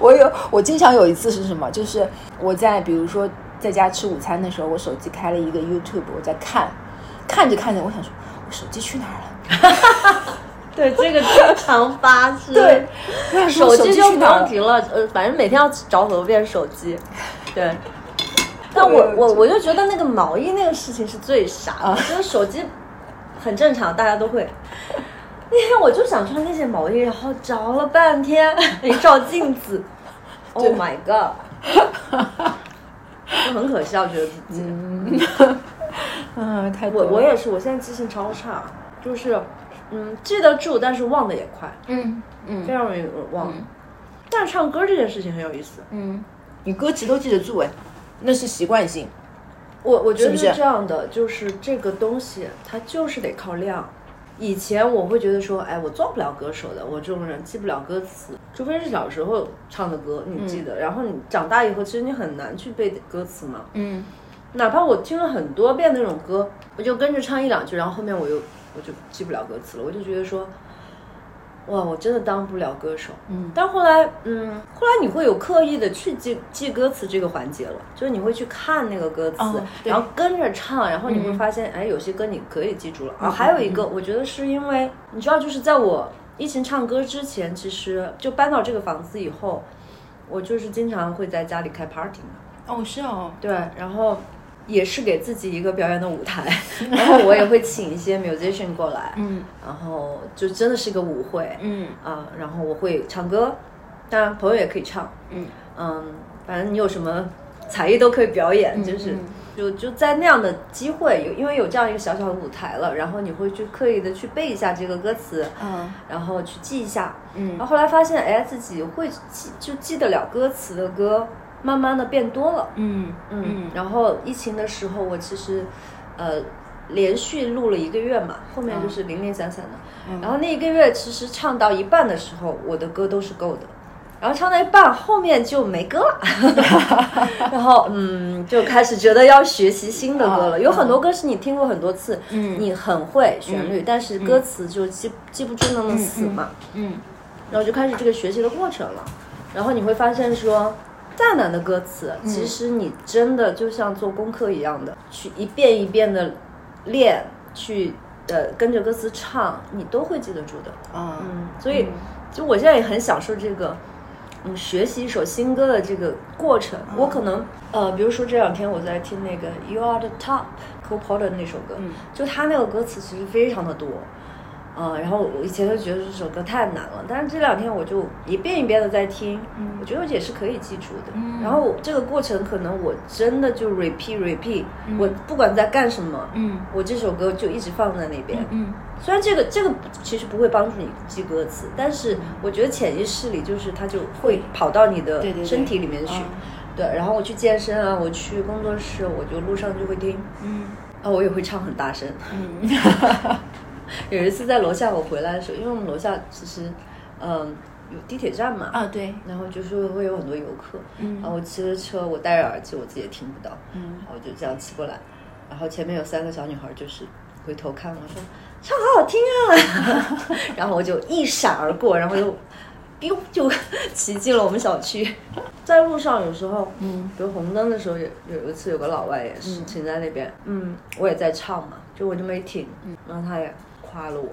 [SPEAKER 2] 我有，我经常有一次是什么？就是我在比如说在家吃午餐的时候，我手机开了一个 YouTube，我在看，看着看着，我想说，我手机去哪儿 <laughs> 了？
[SPEAKER 1] 对，这个经常发生。
[SPEAKER 2] 对，我想说
[SPEAKER 1] 手机就不
[SPEAKER 2] 去哪儿
[SPEAKER 1] 用
[SPEAKER 2] 了？
[SPEAKER 1] 提了，呃，反正每天要找很多遍手机。对，但
[SPEAKER 2] 我
[SPEAKER 1] 我我我就觉得那个毛衣那个事情是最傻的，
[SPEAKER 2] 啊
[SPEAKER 1] 我觉得手机很正常，大家都会。那天我就想穿那件毛衣，然后找了半
[SPEAKER 2] <laughs>
[SPEAKER 1] 天，一照镜子，Oh my god！就很可笑，觉得自己。
[SPEAKER 2] 嗯，太多
[SPEAKER 1] 我
[SPEAKER 2] 了
[SPEAKER 1] 我也是，我现在记性超差，就是嗯记得住，但是忘得也快，
[SPEAKER 2] 嗯嗯
[SPEAKER 1] 非常容易忘。但是唱歌这件事情很有意思，
[SPEAKER 2] 嗯，你歌词都记得住哎，那是习惯性。
[SPEAKER 1] 我我觉
[SPEAKER 2] 是不
[SPEAKER 1] 得
[SPEAKER 2] 是
[SPEAKER 1] 这样的，就是这个东西它就是得靠量。以前我会觉得说，哎，我做不了歌手的，我这种人记不了歌词，除非是小时候唱的歌你记得，然后你长大以后，其实你很难去背歌词嘛。
[SPEAKER 2] 嗯
[SPEAKER 1] 哪怕我听了很多遍那种歌，我就跟着唱一两句，然后后面我又我就记不了歌词了，我就觉得说，哇，我真的当不了歌手。
[SPEAKER 2] 嗯
[SPEAKER 1] 但后来，嗯，后来你会有刻意的去记记歌词这个环节了，就是你会去看那个歌词，
[SPEAKER 2] 哦对嗯
[SPEAKER 1] 然后跟着唱，然后你会发现，哎，有些歌你可以记住了啊。还有一个，我觉得是因为你知道，就是在我疫情唱歌之前，其实就搬到这个房子以后，我就是经常会在家里开 party 嘛。
[SPEAKER 2] 哦是哦，
[SPEAKER 1] 对，然后也是给自己一个表演的舞台，然后我也会请一些 musician 过来，
[SPEAKER 2] 嗯
[SPEAKER 1] 然后就真的是一个舞会
[SPEAKER 2] 嗯
[SPEAKER 1] 啊、然后我会唱歌，当然朋友也可以唱，
[SPEAKER 2] 嗯
[SPEAKER 1] 嗯，反正你有什么才艺都可以表演，就是。
[SPEAKER 2] 嗯
[SPEAKER 1] 就就在那样的机会，有因为有这样一个小小的舞台了，然后你会去刻意的去背一下这个歌词，
[SPEAKER 2] 嗯
[SPEAKER 1] 然后去记一下，然
[SPEAKER 2] 嗯
[SPEAKER 1] 后后来发现，哎，自己会记就记得了歌词的歌，慢慢的变多了，
[SPEAKER 2] 嗯
[SPEAKER 1] 嗯，然后疫情的时候，我其实呃连续录了一个月嘛，后面就是零零散散的。
[SPEAKER 2] 嗯
[SPEAKER 1] 然后那一个月其实唱到一半的时候，我的歌都是够的。然后唱到一半，后面就没歌
[SPEAKER 2] <laughs>
[SPEAKER 1] 了，然后嗯，就开始觉得要学习新的歌了。
[SPEAKER 2] 嗯
[SPEAKER 1] 有很多歌是你听过很多次，
[SPEAKER 2] 嗯
[SPEAKER 1] 你很会旋律，但是歌词就记记不住那么死嘛。
[SPEAKER 2] 嗯
[SPEAKER 1] 然后就开始这个学习的过程了。然后你会发现说，再难的歌词，其实你真的就像做功课一样的，去一遍一遍的练，去呃跟着歌词唱，你都会记得住的。
[SPEAKER 2] 啊
[SPEAKER 1] 嗯，所以就我现在也很享受这个。嗯，学习一首新歌的这个过程，
[SPEAKER 2] 嗯
[SPEAKER 1] 我可能呃，比如说这两天我在听那个《You Are the Top》Cole Porter 那首歌，
[SPEAKER 2] 嗯
[SPEAKER 1] 就他那个歌词其实非常的多，呃，然后我以前就觉得这首歌太难了，但是这两天我就一遍一遍的在听，
[SPEAKER 2] 嗯
[SPEAKER 1] 我觉得也是可以记住的。
[SPEAKER 2] 嗯
[SPEAKER 1] 然后这个过程可能我真的就 repeat repeat，、
[SPEAKER 2] 嗯
[SPEAKER 1] 我不管在干什么，
[SPEAKER 2] 嗯
[SPEAKER 1] 我这首歌就一直放在那边。
[SPEAKER 2] 嗯
[SPEAKER 1] 虽然这个这个其实不会帮助你记歌词，但
[SPEAKER 2] 嗯
[SPEAKER 1] 是我觉得潜意识里就是它就会跑到你的
[SPEAKER 2] 对嗯对对
[SPEAKER 1] 身体里面去。对然后我去健身啊，我去工作室，我就路上就会听，
[SPEAKER 2] 嗯
[SPEAKER 1] 啊，我也会唱很大声。
[SPEAKER 2] 嗯
[SPEAKER 1] <laughs> 有一次在楼下我回来的时候，因为我们楼下其实，嗯，有地铁站嘛，
[SPEAKER 2] 啊对
[SPEAKER 1] 然后就是会有很多游客，
[SPEAKER 2] 嗯
[SPEAKER 1] 然后我骑着车，我戴着耳机，我自己也听不到，
[SPEAKER 2] 嗯
[SPEAKER 1] 然后我就这样骑过来，然后前面有三个小女孩，就是回头看我说唱好好听啊， <laughs> 然后我就一闪而过，然后 <laughs> 就。biu 就骑进了我们小区， <laughs> 在路上有时候，
[SPEAKER 2] 嗯，
[SPEAKER 1] 比如红灯的时候，有有一次有个老外也是停在那边，嗯，我也在唱嘛，就我就没停，然后他也夸了我，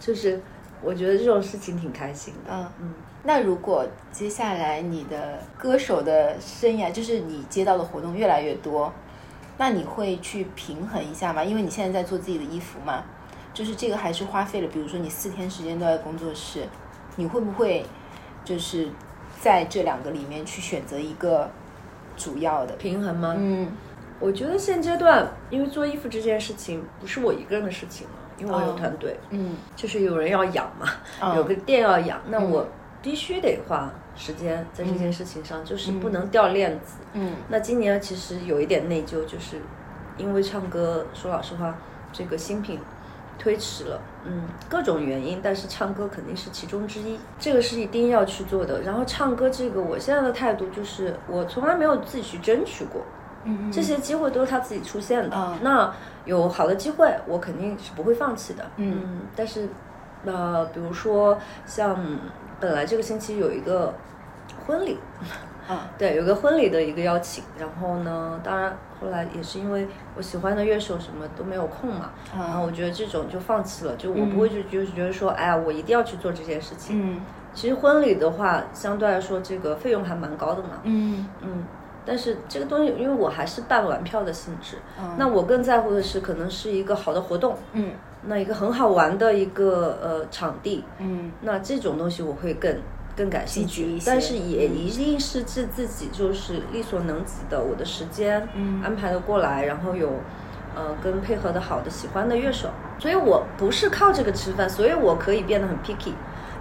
[SPEAKER 1] 就是我觉得这种事情挺开心的，
[SPEAKER 2] 啊。
[SPEAKER 1] 嗯，
[SPEAKER 2] 那如果接下来你的歌手的生涯，就是你接到的活动越来越多，那你会去平衡一下吗？因为你现在在做自己的衣服嘛，就是这个还是花费了，比如说你四天时间都在工作室，你会不会就是在这两个里面去选择一个主要的。
[SPEAKER 1] 平衡吗？
[SPEAKER 2] 嗯，
[SPEAKER 1] 我觉得现阶段，因为做衣服这件事情不是我一个人的事情了，因为我有
[SPEAKER 2] 哦
[SPEAKER 1] 团队，
[SPEAKER 2] 嗯，
[SPEAKER 1] 就是有人要养嘛，
[SPEAKER 2] 嗯
[SPEAKER 1] 有个店要养，那
[SPEAKER 2] 嗯
[SPEAKER 1] 我必须得花时间在这件事情上，就是不能掉链子。
[SPEAKER 2] 嗯
[SPEAKER 1] 那今年其实有一点内疚，就是因为唱歌，说老实话，这个新品推迟了，嗯，各种原因，但是唱歌肯定是其中之一，这个是一定要去做的。然后唱歌这个，我现在的态度就是，我从来没有自己去争取过，
[SPEAKER 2] 嗯
[SPEAKER 1] 这些机会都是他自己出现的。
[SPEAKER 2] 嗯
[SPEAKER 1] 那有好的机会，我肯定是不会放弃的。
[SPEAKER 2] 嗯
[SPEAKER 1] 但是，呃，比如说像本来这个星期有一个婚礼， <laughs>
[SPEAKER 2] 啊
[SPEAKER 1] 对，有个婚礼的一个邀请，然后呢，当然后来也是因为我喜欢的乐手什么都没有空嘛，然后
[SPEAKER 2] 啊
[SPEAKER 1] 我觉得这种就放弃了，就我不会就就是觉得说，哎呀，我一定要去做这件事情。
[SPEAKER 2] 嗯
[SPEAKER 1] 其实婚礼的话，相对来说这个费用还蛮高的嘛，
[SPEAKER 2] 嗯，
[SPEAKER 1] 嗯，但是这个东西，因为我还是办玩票的性质，
[SPEAKER 2] 嗯
[SPEAKER 1] 那我更在乎的是可能是一个好的活动，
[SPEAKER 2] 嗯
[SPEAKER 1] 那一个很好玩的一个呃场地，
[SPEAKER 2] 嗯
[SPEAKER 1] 那这种东西我会更更感兴
[SPEAKER 2] 积极
[SPEAKER 1] 趣
[SPEAKER 2] 一些，嗯
[SPEAKER 1] 但是也一定是自自己就是力所能及的，我的时间、
[SPEAKER 2] 嗯
[SPEAKER 1] 安排的过来，然后有呃跟配合的好的喜欢的乐手，所以我不是靠这个吃饭，所以我可以变得很 picky。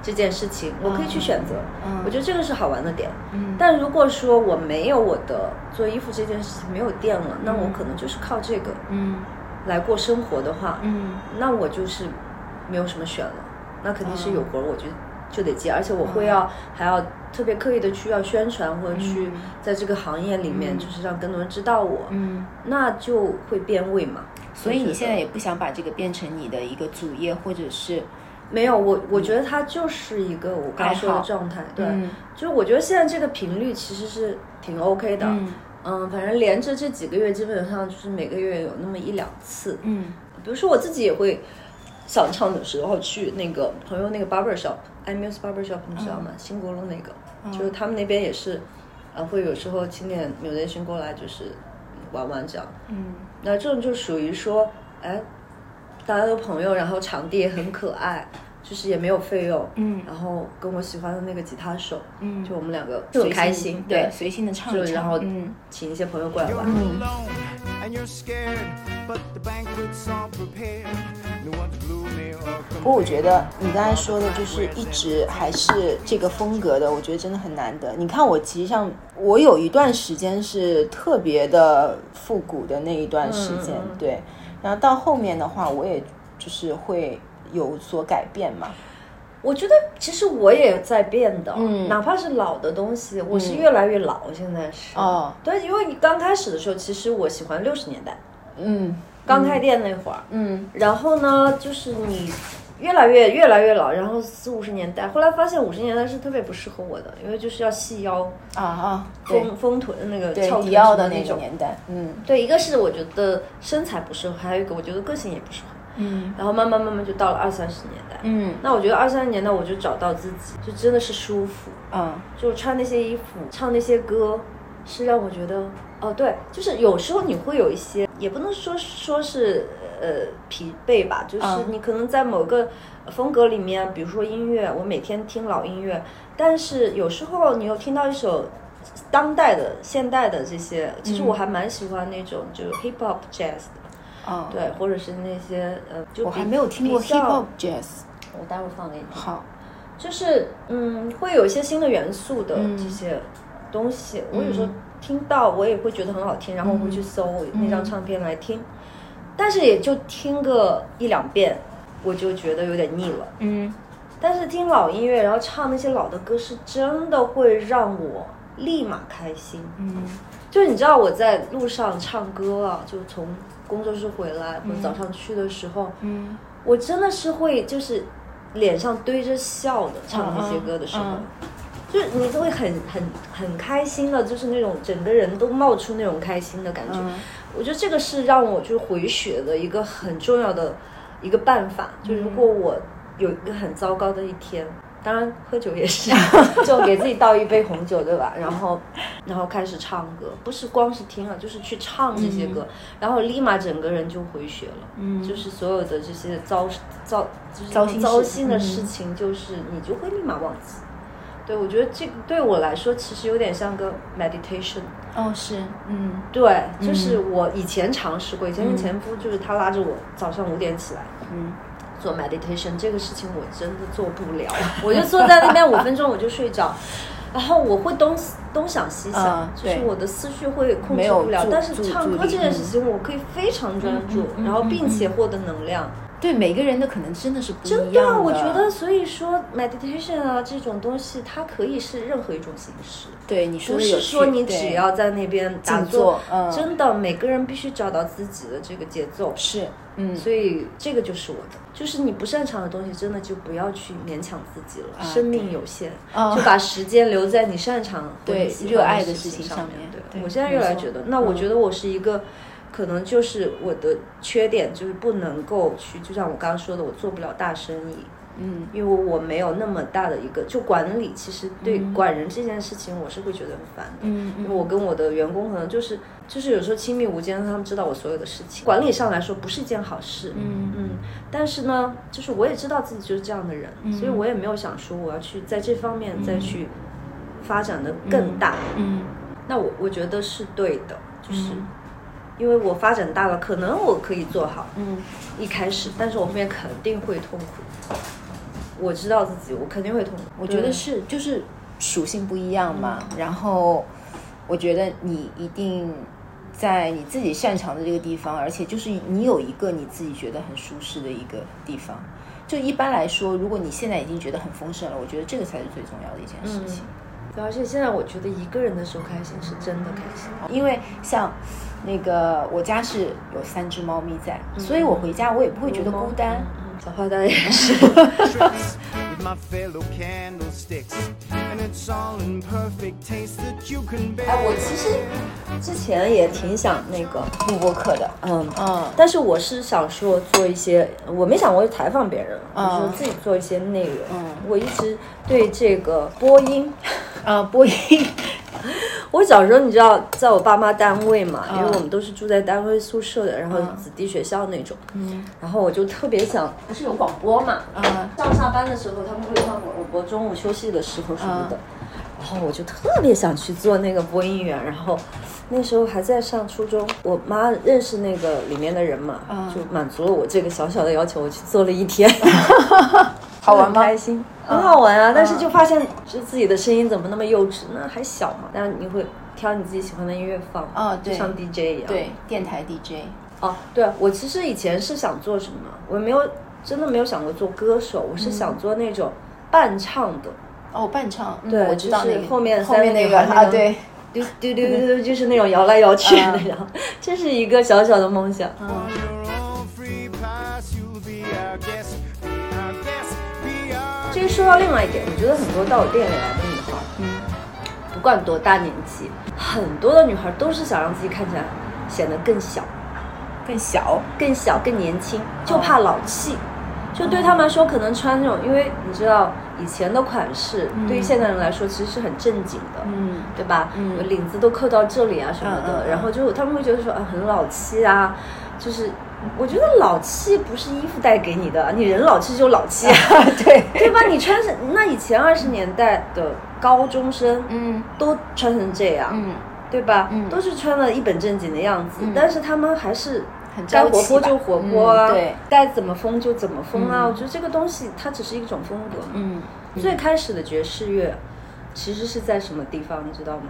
[SPEAKER 1] 这件事情我可以去选择，
[SPEAKER 2] 嗯
[SPEAKER 1] 我觉得这个是好玩的点。
[SPEAKER 2] 嗯
[SPEAKER 1] 但如果说我没有我的做衣服这件事情没有店了，那我可能就是靠这个
[SPEAKER 2] 嗯
[SPEAKER 1] 来过生活的话，
[SPEAKER 2] 嗯
[SPEAKER 1] 那我就是没有什么选了，那肯定是
[SPEAKER 2] 嗯
[SPEAKER 1] 有活儿我就就得接，而且我会要、还要特别刻意的去要宣传或者去
[SPEAKER 2] 嗯
[SPEAKER 1] 在这个行业里面，
[SPEAKER 2] 嗯
[SPEAKER 1] 就是让更多人知道我，
[SPEAKER 2] 嗯，
[SPEAKER 1] 那就会变味嘛。
[SPEAKER 2] 所以
[SPEAKER 1] 我觉
[SPEAKER 2] 你
[SPEAKER 1] 得
[SPEAKER 2] 现在也不想把这个变成你的一个主业，或者是
[SPEAKER 1] 没有我，我觉得它就是一个我刚刚说
[SPEAKER 2] 爱
[SPEAKER 1] 的
[SPEAKER 2] 好
[SPEAKER 1] 状态，对，
[SPEAKER 2] 嗯
[SPEAKER 1] 就是我觉得现在这个频率其实是挺 OK 的，
[SPEAKER 2] 嗯
[SPEAKER 1] 嗯，反正连着这几个月，基本上就是每个月有那么一两次，
[SPEAKER 2] 嗯
[SPEAKER 1] 比如说我自己也会想唱的时候去那个朋友那个 barber shop，iMuse barber shop，你知道
[SPEAKER 2] 嗯
[SPEAKER 1] 吗？新国路那个，就是他们那边也是，呃，会有时候请点 musician 过来，就是玩玩这样。
[SPEAKER 2] 嗯
[SPEAKER 1] 那这种就属于说，哎，大家都朋友，然后场地也很可爱，就是也没有费用，
[SPEAKER 2] 嗯
[SPEAKER 1] 然后跟我喜欢的那个吉他手，
[SPEAKER 2] 嗯
[SPEAKER 1] 就我们两个就很开心，
[SPEAKER 2] 对，随性的唱一
[SPEAKER 1] 就
[SPEAKER 2] 唱，
[SPEAKER 1] 然后
[SPEAKER 2] 嗯
[SPEAKER 1] 请一些朋友过来玩。
[SPEAKER 3] You're alone and you're scared, but the banquet's all prepared. No one's gloomy or
[SPEAKER 2] 不过我觉得你刚才说的，就是一直还是这个风格的，我觉得真的很难得。你看我其实上，我有一段时间是特别的复古的那一段时间，
[SPEAKER 1] 嗯嗯嗯
[SPEAKER 2] 对。然后到后面的话，我也就是会有所改变嘛。
[SPEAKER 1] 我觉得其实我也在变的，
[SPEAKER 2] 嗯
[SPEAKER 1] 哪怕是老的东西，我是越来越老，现在是。
[SPEAKER 2] 哦，
[SPEAKER 1] 对，因为你刚开始的时候，其实我喜欢六十年代
[SPEAKER 2] 嗯
[SPEAKER 1] 刚开店那会儿，
[SPEAKER 2] 嗯
[SPEAKER 1] 然后呢，就是你越来越越来越老，然后四五十年代，后来发现五十年代是特别不适合我的，因为就是要细腰、
[SPEAKER 2] 啊啊，对
[SPEAKER 1] 丰丰臀那个
[SPEAKER 2] 对
[SPEAKER 1] 翘，臀
[SPEAKER 2] 迪奥的
[SPEAKER 1] 什么
[SPEAKER 2] 那
[SPEAKER 1] 那
[SPEAKER 2] 个
[SPEAKER 1] 种。
[SPEAKER 2] 年代，嗯
[SPEAKER 1] 对，一个是我觉得身材不适合，还有一个我觉得个性也不适合，
[SPEAKER 2] 嗯
[SPEAKER 1] 然后慢慢慢慢就到了二三十年代。
[SPEAKER 2] 嗯
[SPEAKER 1] 那我觉得二三年代我就找到自己，就真的是舒服，
[SPEAKER 2] 啊
[SPEAKER 1] 就穿那些衣服，唱那些歌，是让我觉得，哦，对，就是有时候你会有一些，也不能说说是呃疲惫吧，就是
[SPEAKER 2] 嗯
[SPEAKER 1] 你可能在某个风格里面，比如说音乐，我每天听老音乐，但是有时候你又听到一首。当代的、现代的这些，其
[SPEAKER 2] 嗯
[SPEAKER 1] 实我还蛮喜欢那种就是 hip hop jazz 的，
[SPEAKER 2] 啊，
[SPEAKER 1] 对，或者是那些呃，就
[SPEAKER 2] 我
[SPEAKER 1] 比
[SPEAKER 2] 还没有听过
[SPEAKER 1] 比较
[SPEAKER 2] hip hop jazz，
[SPEAKER 1] 我待会儿放给你听。
[SPEAKER 2] 好，
[SPEAKER 1] 就是嗯，会有一些新的元素的
[SPEAKER 2] 嗯
[SPEAKER 1] 这些东西。我有时候
[SPEAKER 2] 嗯
[SPEAKER 1] 听到，我也会觉得很好听，然后我会去搜那张唱片来听，但是也就听个一两遍，我就觉得有点腻了。
[SPEAKER 2] 嗯
[SPEAKER 1] 但是听老音乐，然后唱那些老的歌，是真的会让我立马开心。
[SPEAKER 2] 嗯
[SPEAKER 1] 就是你知道我在路上唱歌啊，就从工作室回来或者早上去的时候，
[SPEAKER 2] 嗯
[SPEAKER 1] 我真的是会就是脸上堆着笑的唱那些歌的时候，
[SPEAKER 2] 嗯
[SPEAKER 1] 就是你都会很很很开心的，就是那种整个人都冒出那种开心的感觉。
[SPEAKER 2] 嗯
[SPEAKER 1] 我觉得这个是让我就是回血的一个很重要的一个办法。
[SPEAKER 2] 嗯
[SPEAKER 1] 就如果我有一个很糟糕的一天。当然，喝酒也
[SPEAKER 2] <laughs>
[SPEAKER 1] 是，就给自己倒一杯红酒，对吧？然后，然后开始唱歌，不是光是听啊，就是去唱这些歌，然后立马整个人就回血了。
[SPEAKER 2] 嗯，
[SPEAKER 1] 就是所有的这些糟糟就是
[SPEAKER 2] 糟心事
[SPEAKER 1] 糟心的
[SPEAKER 2] 嗯
[SPEAKER 1] 事情，就是你就会立马忘记。对，我觉得这个对我来说其实有点像个 meditation。
[SPEAKER 2] 哦，是，嗯
[SPEAKER 1] 对，就是我以前尝试过，以前跟前夫就是他拉着我早上五点起来
[SPEAKER 2] 嗯，
[SPEAKER 1] 做 meditation，这个事情我真的做不
[SPEAKER 2] <laughs>
[SPEAKER 1] 了，我就坐在那边五分钟我就睡着。然后我会东东想西想，
[SPEAKER 2] 啊
[SPEAKER 1] 就
[SPEAKER 2] 对
[SPEAKER 1] 是我的思绪会控
[SPEAKER 2] 没
[SPEAKER 1] 制
[SPEAKER 2] 有
[SPEAKER 1] 不了
[SPEAKER 2] 注。
[SPEAKER 1] 但是
[SPEAKER 2] 注
[SPEAKER 1] 唱
[SPEAKER 2] 注
[SPEAKER 1] 歌
[SPEAKER 2] 意
[SPEAKER 1] 这件
[SPEAKER 2] 嗯
[SPEAKER 1] 事情，我可以非常专注，
[SPEAKER 2] 嗯嗯
[SPEAKER 1] 然后
[SPEAKER 2] 嗯
[SPEAKER 1] 并
[SPEAKER 2] 嗯
[SPEAKER 1] 且获得能量。
[SPEAKER 2] 对，每个人的可能真的是啊不一样
[SPEAKER 1] 真的，啊我觉得，所以说 meditation 啊这种东西，它可以是任何一种形式，
[SPEAKER 2] 对你说
[SPEAKER 1] 不
[SPEAKER 2] 的有
[SPEAKER 1] 是说
[SPEAKER 2] 趣
[SPEAKER 1] 你
[SPEAKER 2] 对
[SPEAKER 1] 只要在那边打
[SPEAKER 2] 静坐，嗯，
[SPEAKER 1] 真的，每个人必须找到自己的这个节奏。
[SPEAKER 2] 是，嗯，
[SPEAKER 1] 所以这个就是我的，就是你不擅长的东西，真的就不要去勉强自己了。
[SPEAKER 2] 啊
[SPEAKER 1] 生命有限，
[SPEAKER 2] 啊
[SPEAKER 1] 就把时间留在你擅长和
[SPEAKER 2] 对
[SPEAKER 1] 你喜欢
[SPEAKER 2] 热爱的
[SPEAKER 1] 的
[SPEAKER 2] 事情
[SPEAKER 1] 上
[SPEAKER 2] 上
[SPEAKER 1] 面
[SPEAKER 2] 面。对
[SPEAKER 1] 我现在越来
[SPEAKER 2] 没
[SPEAKER 1] 越
[SPEAKER 2] 错嗯
[SPEAKER 1] 觉得，那我觉得我是一个，可能就是我的缺点就是不能够去，就像我刚刚说的，我做不了大生意。
[SPEAKER 2] 嗯，
[SPEAKER 1] 因为我没有那么大的一个，就管理，其实对
[SPEAKER 2] 嗯
[SPEAKER 1] 管人这件事情，我是会觉得很烦的。
[SPEAKER 2] 嗯
[SPEAKER 1] 因为
[SPEAKER 2] 嗯，
[SPEAKER 1] 我跟我的员工可能就是就是有时候亲密无间，他们知道我所有的事情，管理上来说不是一件好事。
[SPEAKER 2] 嗯
[SPEAKER 1] 嗯，但是呢，就是我也知道自己就是这样的人，
[SPEAKER 2] 嗯
[SPEAKER 1] 所以我也没有想说我要去在这方面再去发展的更大。
[SPEAKER 2] 嗯
[SPEAKER 1] 那我我觉得是对的，就是
[SPEAKER 2] 嗯
[SPEAKER 1] 因为我发展大了，可能我可以做好
[SPEAKER 2] 嗯
[SPEAKER 1] 一开始，但是我后面肯定会痛苦。我知道自己，我肯定会痛苦。
[SPEAKER 2] 我觉得
[SPEAKER 1] 对嗯
[SPEAKER 2] 是，就是属性不一样嘛。然后我觉得你一定在你自己擅长的这个地方，而且就是你有一个你自己觉得很舒适的一个地方。就一般来说，如果你现在已经觉得很丰盛了，我觉得这个才是最重要的一件事情。
[SPEAKER 1] 对，而且现在我觉得一个人的时候开心是真的开心。
[SPEAKER 2] 啊因为像那个我家是有三只猫咪在，
[SPEAKER 1] 嗯
[SPEAKER 2] 所以我回家我也不会觉得孤单。
[SPEAKER 1] 小花旦也是，
[SPEAKER 3] tricks with my fellow candlesticks. And it's all in perfect taste that you can bear.
[SPEAKER 1] <laughs> 哎，我其实之前也挺想那个，
[SPEAKER 2] 录播课的，
[SPEAKER 1] 嗯，
[SPEAKER 2] 嗯
[SPEAKER 1] 但是我是想说做一些，我没想过去采访别人，我
[SPEAKER 2] 嗯
[SPEAKER 1] 就自己做一些内容。
[SPEAKER 2] 嗯
[SPEAKER 1] 我一直对这个播音，
[SPEAKER 2] 呃，播音，
[SPEAKER 1] <laughs> 我小时候你知道，在我爸妈单位嘛，因为
[SPEAKER 2] 嗯
[SPEAKER 1] 我们都是住在单位宿舍的，然后
[SPEAKER 2] 嗯
[SPEAKER 1] 子弟学校那种，
[SPEAKER 2] 嗯
[SPEAKER 1] 然后我就特别想，不是有广播嘛，
[SPEAKER 2] 啊
[SPEAKER 1] 上下班的时候他们会放广播，中午休息的时候什么
[SPEAKER 2] 嗯
[SPEAKER 1] 的，然后我就特别想去做那个播音员，然后那时候还在上初中，我妈认识那个里面的人嘛，
[SPEAKER 2] 嗯
[SPEAKER 1] 就满足了我这个小小的要求，我去做了一天， <laughs>
[SPEAKER 2] 好玩
[SPEAKER 1] 很
[SPEAKER 2] 吗嗯
[SPEAKER 1] 开心，很好玩啊，但是就发现是自己的声音怎么那么幼稚呢？还小嘛，但是你会挑你自己喜欢的音乐放，
[SPEAKER 2] 哦对
[SPEAKER 1] 就像 DJ 一样，
[SPEAKER 2] <laughs> 对，电台 DJ，
[SPEAKER 1] 哦，对，我其实以前是想做什么，我没有真的没有想过做歌手，我是想做那种伴唱的，
[SPEAKER 2] 哦，伴唱，嗯
[SPEAKER 1] 对
[SPEAKER 2] 我知道
[SPEAKER 1] 就是
[SPEAKER 2] 那个
[SPEAKER 1] 后面
[SPEAKER 2] 后
[SPEAKER 1] 三
[SPEAKER 2] 面
[SPEAKER 1] 个
[SPEAKER 2] 那
[SPEAKER 1] 女
[SPEAKER 2] 个
[SPEAKER 1] 孩那
[SPEAKER 2] 啊，
[SPEAKER 1] 个
[SPEAKER 2] 对，
[SPEAKER 1] 嘟嘟嘟嘟，就是那种摇来摇去的
[SPEAKER 2] 嗯，
[SPEAKER 1] 然后这是一个小小的梦想。
[SPEAKER 3] On your own free pass, you'll be our guest, be our guest, be our
[SPEAKER 1] 这个说到另外一点，我觉得很多到我店里来的女孩，
[SPEAKER 2] 嗯，
[SPEAKER 1] 不管多大年纪，很多的女孩都是想让自己看起来显得更小、
[SPEAKER 2] 更小，
[SPEAKER 1] 更小、更年
[SPEAKER 2] 哦
[SPEAKER 1] 轻，就怕老气。就对他们来说，可能穿那种，因为你知道以前的款式，对于现代人来说其实是很正经的，
[SPEAKER 2] 嗯
[SPEAKER 1] 对吧？
[SPEAKER 2] 嗯
[SPEAKER 1] 领子都扣到这里啊什么
[SPEAKER 2] 嗯
[SPEAKER 1] 的，
[SPEAKER 2] 嗯嗯
[SPEAKER 1] 然后就他们会觉得说啊很老气啊，就是我觉得老气不是衣服带给你的，你人老气就老气啊，
[SPEAKER 2] <laughs> 嗯对，
[SPEAKER 1] <laughs> 对吧？你穿成那以前二十年代的高中生，
[SPEAKER 2] 嗯
[SPEAKER 1] 都穿成这样，
[SPEAKER 2] 嗯，
[SPEAKER 1] 对吧？
[SPEAKER 2] 嗯
[SPEAKER 1] 都是穿的一本正经的样子，
[SPEAKER 2] 嗯
[SPEAKER 1] 但是他们还是
[SPEAKER 2] 很
[SPEAKER 1] 该
[SPEAKER 2] 朝
[SPEAKER 1] 活
[SPEAKER 2] 气
[SPEAKER 1] 泼
[SPEAKER 2] 吧
[SPEAKER 1] 就活泼啊，
[SPEAKER 2] 嗯对，
[SPEAKER 1] 该怎么疯就怎么疯啊。
[SPEAKER 2] 嗯
[SPEAKER 1] 我觉得这个东西它只是一种风格嘛。
[SPEAKER 2] 嗯，
[SPEAKER 1] 最开始的爵士乐其实是在什么地方，你知道吗？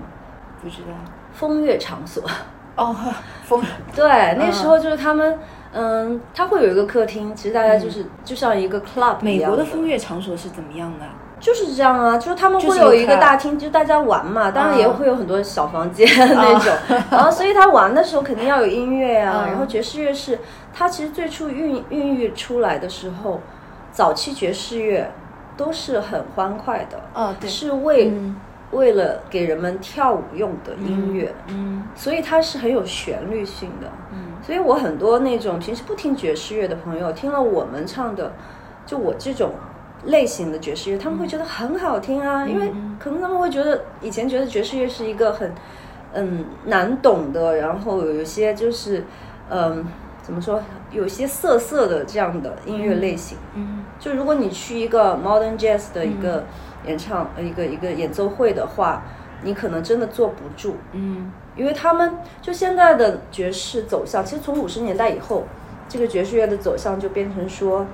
[SPEAKER 2] 不知道，
[SPEAKER 1] 风月场所。 <laughs>
[SPEAKER 2] 哦， <laughs> 疯，
[SPEAKER 1] 对，那时候就是他们，嗯，他会有一个客厅，其实大家就是、就像一个 club 一
[SPEAKER 2] 嗯美
[SPEAKER 1] 样
[SPEAKER 2] 国的风月场所是怎么样的？
[SPEAKER 1] 就是这样啊，就是他们
[SPEAKER 2] 就是
[SPEAKER 1] 会
[SPEAKER 2] 一个
[SPEAKER 1] 有一个
[SPEAKER 2] club
[SPEAKER 1] 大厅，就大家玩嘛，当然也
[SPEAKER 2] 啊
[SPEAKER 1] 会有很多小房
[SPEAKER 2] <laughs>
[SPEAKER 1] 间那种，然后所以他玩的时候肯定要有音乐啊，
[SPEAKER 2] 嗯
[SPEAKER 1] 然后爵士乐是它其实最初孕孕育出来的时候，早期爵士乐都是很欢快的，
[SPEAKER 2] 哦，对，
[SPEAKER 1] 是为、
[SPEAKER 2] 嗯
[SPEAKER 1] 为了给人们跳舞用的音乐，
[SPEAKER 2] 嗯
[SPEAKER 1] 所以它是很有旋律性的。
[SPEAKER 2] 嗯
[SPEAKER 1] 所以我很多那种平时不听爵士乐的朋友，听了我们唱的，就我这种类型的爵士乐，他们会觉得很好听啊，因为
[SPEAKER 2] 嗯
[SPEAKER 1] 可能他们会觉得以前觉得爵士乐是一个很嗯难懂的，然后有一些就是嗯。怎么说，有些涩涩的这样的音乐类型。
[SPEAKER 2] 嗯
[SPEAKER 1] 就如果你去一个 modern jazz 的一个演唱、呃一个一个演奏会的话，你可能真的坐不住，
[SPEAKER 2] 嗯
[SPEAKER 1] 因为他们就现在的爵士走向，其实从五十年代以后，这个爵士乐的走向就变成说，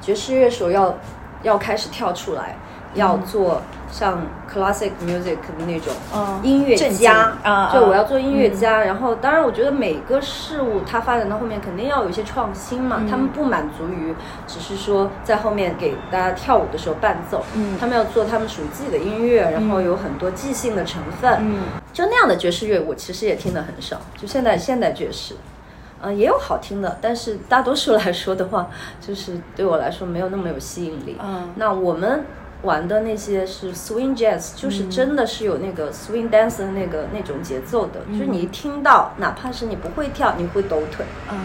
[SPEAKER 1] 爵士乐手要要开始跳出来，要做像 classic music 的那种。
[SPEAKER 2] 哦
[SPEAKER 1] 音乐
[SPEAKER 2] 正经
[SPEAKER 1] 家
[SPEAKER 2] 啊，
[SPEAKER 1] 对，
[SPEAKER 2] 啊
[SPEAKER 1] 我要做音乐家。然后，当然，我觉得每个事物它发展到后面肯定要有一些创新嘛。
[SPEAKER 2] 嗯
[SPEAKER 1] 他们不满足于只是说在后面给大家跳舞的时候伴奏，
[SPEAKER 2] 嗯
[SPEAKER 1] 他们要做他们属于自己的音乐，然后有很多即兴的成分。
[SPEAKER 2] 嗯
[SPEAKER 1] 就那样的爵士乐，我其实也听得很少。就现代现代爵士，呃，也有好听的，但是大多数来说的话，就是对我来说没有那么有吸引力。
[SPEAKER 2] 嗯
[SPEAKER 1] 那我们玩的那些是 swing jazz，就是真的是有那个 swing dance 的那个那种节奏的，就是你一听到，哪怕是你不会跳，你会抖腿，
[SPEAKER 2] 嗯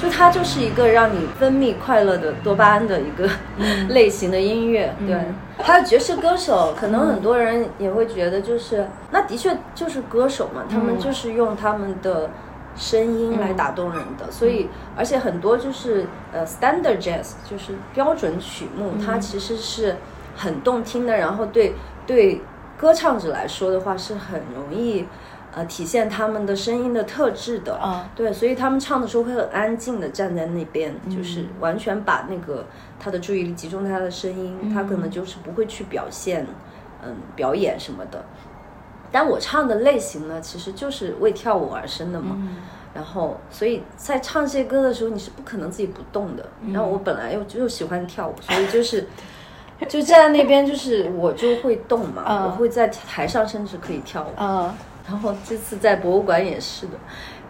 [SPEAKER 1] 就它就是一个让你分泌快乐的多巴胺的一个 <laughs> 类型的音乐。对，还有爵士歌手，可能很多人也会觉得，就是那的确就是歌手嘛，他们就是用他们的。声音来打动人的，所以而且很多就是呃 standard jazz 就是标准曲目，它其实是很动听的，然后对对歌唱者来说的话是很容易呃体现他们的声音的特质的。
[SPEAKER 2] 啊
[SPEAKER 1] 对，所以他们唱的时候会很安静的站在那边，就是完全把那个他的注意力集中在他的声音，他可能就是不会去表现，嗯，表演什么的。但我唱的类型呢，其实就是为跳舞而生的嘛。
[SPEAKER 2] 嗯
[SPEAKER 1] 然后，所以在唱这些歌的时候，你是不可能自己不动的。然后我本来又又喜欢跳舞，所以就是就站在那边，就是我就会动嘛，
[SPEAKER 2] 嗯
[SPEAKER 1] 我会在台上甚至可以跳舞。
[SPEAKER 2] 嗯
[SPEAKER 1] 然后这次在博物馆也是的，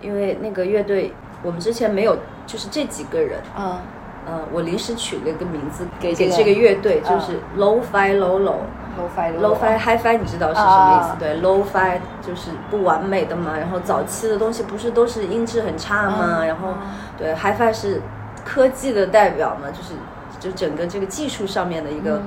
[SPEAKER 1] 因为那个乐队我们之前没有，就是这几个人，
[SPEAKER 2] 嗯
[SPEAKER 1] 呃，我临时取了一个名字
[SPEAKER 2] 给
[SPEAKER 1] 给
[SPEAKER 2] 这个
[SPEAKER 1] 这个乐队，就
[SPEAKER 2] 嗯
[SPEAKER 1] 是 low fi low low。
[SPEAKER 2] ，low-fi
[SPEAKER 1] low fi hi fi 你知道是什么意思
[SPEAKER 2] 啊？
[SPEAKER 1] 对，low fi 就是不完美的嘛。然后早期的东西不是都是音质很差嘛？
[SPEAKER 2] 嗯
[SPEAKER 1] 然后
[SPEAKER 2] 嗯
[SPEAKER 1] 对 hi fi 是科技的代表嘛，就是就整个这个技术上面的一个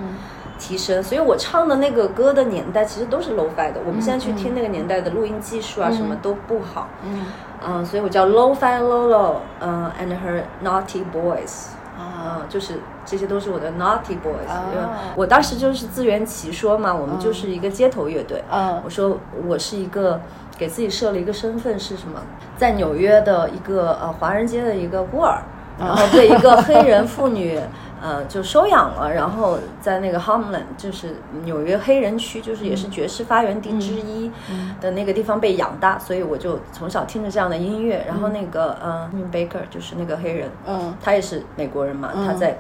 [SPEAKER 1] 提升。所以我唱的那个歌的年代其实都是 low fi 的。我们现在去听那个年代的录音技术啊，什么都不好。
[SPEAKER 2] 嗯
[SPEAKER 1] 嗯，所以我叫 low fi lolo，嗯，and her naughty boys。
[SPEAKER 2] 啊
[SPEAKER 1] 嗯，就是这些都是我的 naughty boys，、
[SPEAKER 2] 啊
[SPEAKER 1] 因为我当时就是自圆其说嘛，我们就是一个街头乐队。
[SPEAKER 2] 嗯
[SPEAKER 1] 我说我是一个给自己设了一个身份是什么，在纽约的一个呃华人街的一个孤儿，然后被一个黑人妇女呃就收养了，然后在那个 Homeland 就是纽约黑人区，就是也是爵士发源地之一的那个地方被养大，所以我就从小听着这样的音乐，然后那个呃 Baker 就是那个黑人，
[SPEAKER 2] 嗯
[SPEAKER 1] 他也是美国人嘛，
[SPEAKER 2] 嗯
[SPEAKER 1] 他在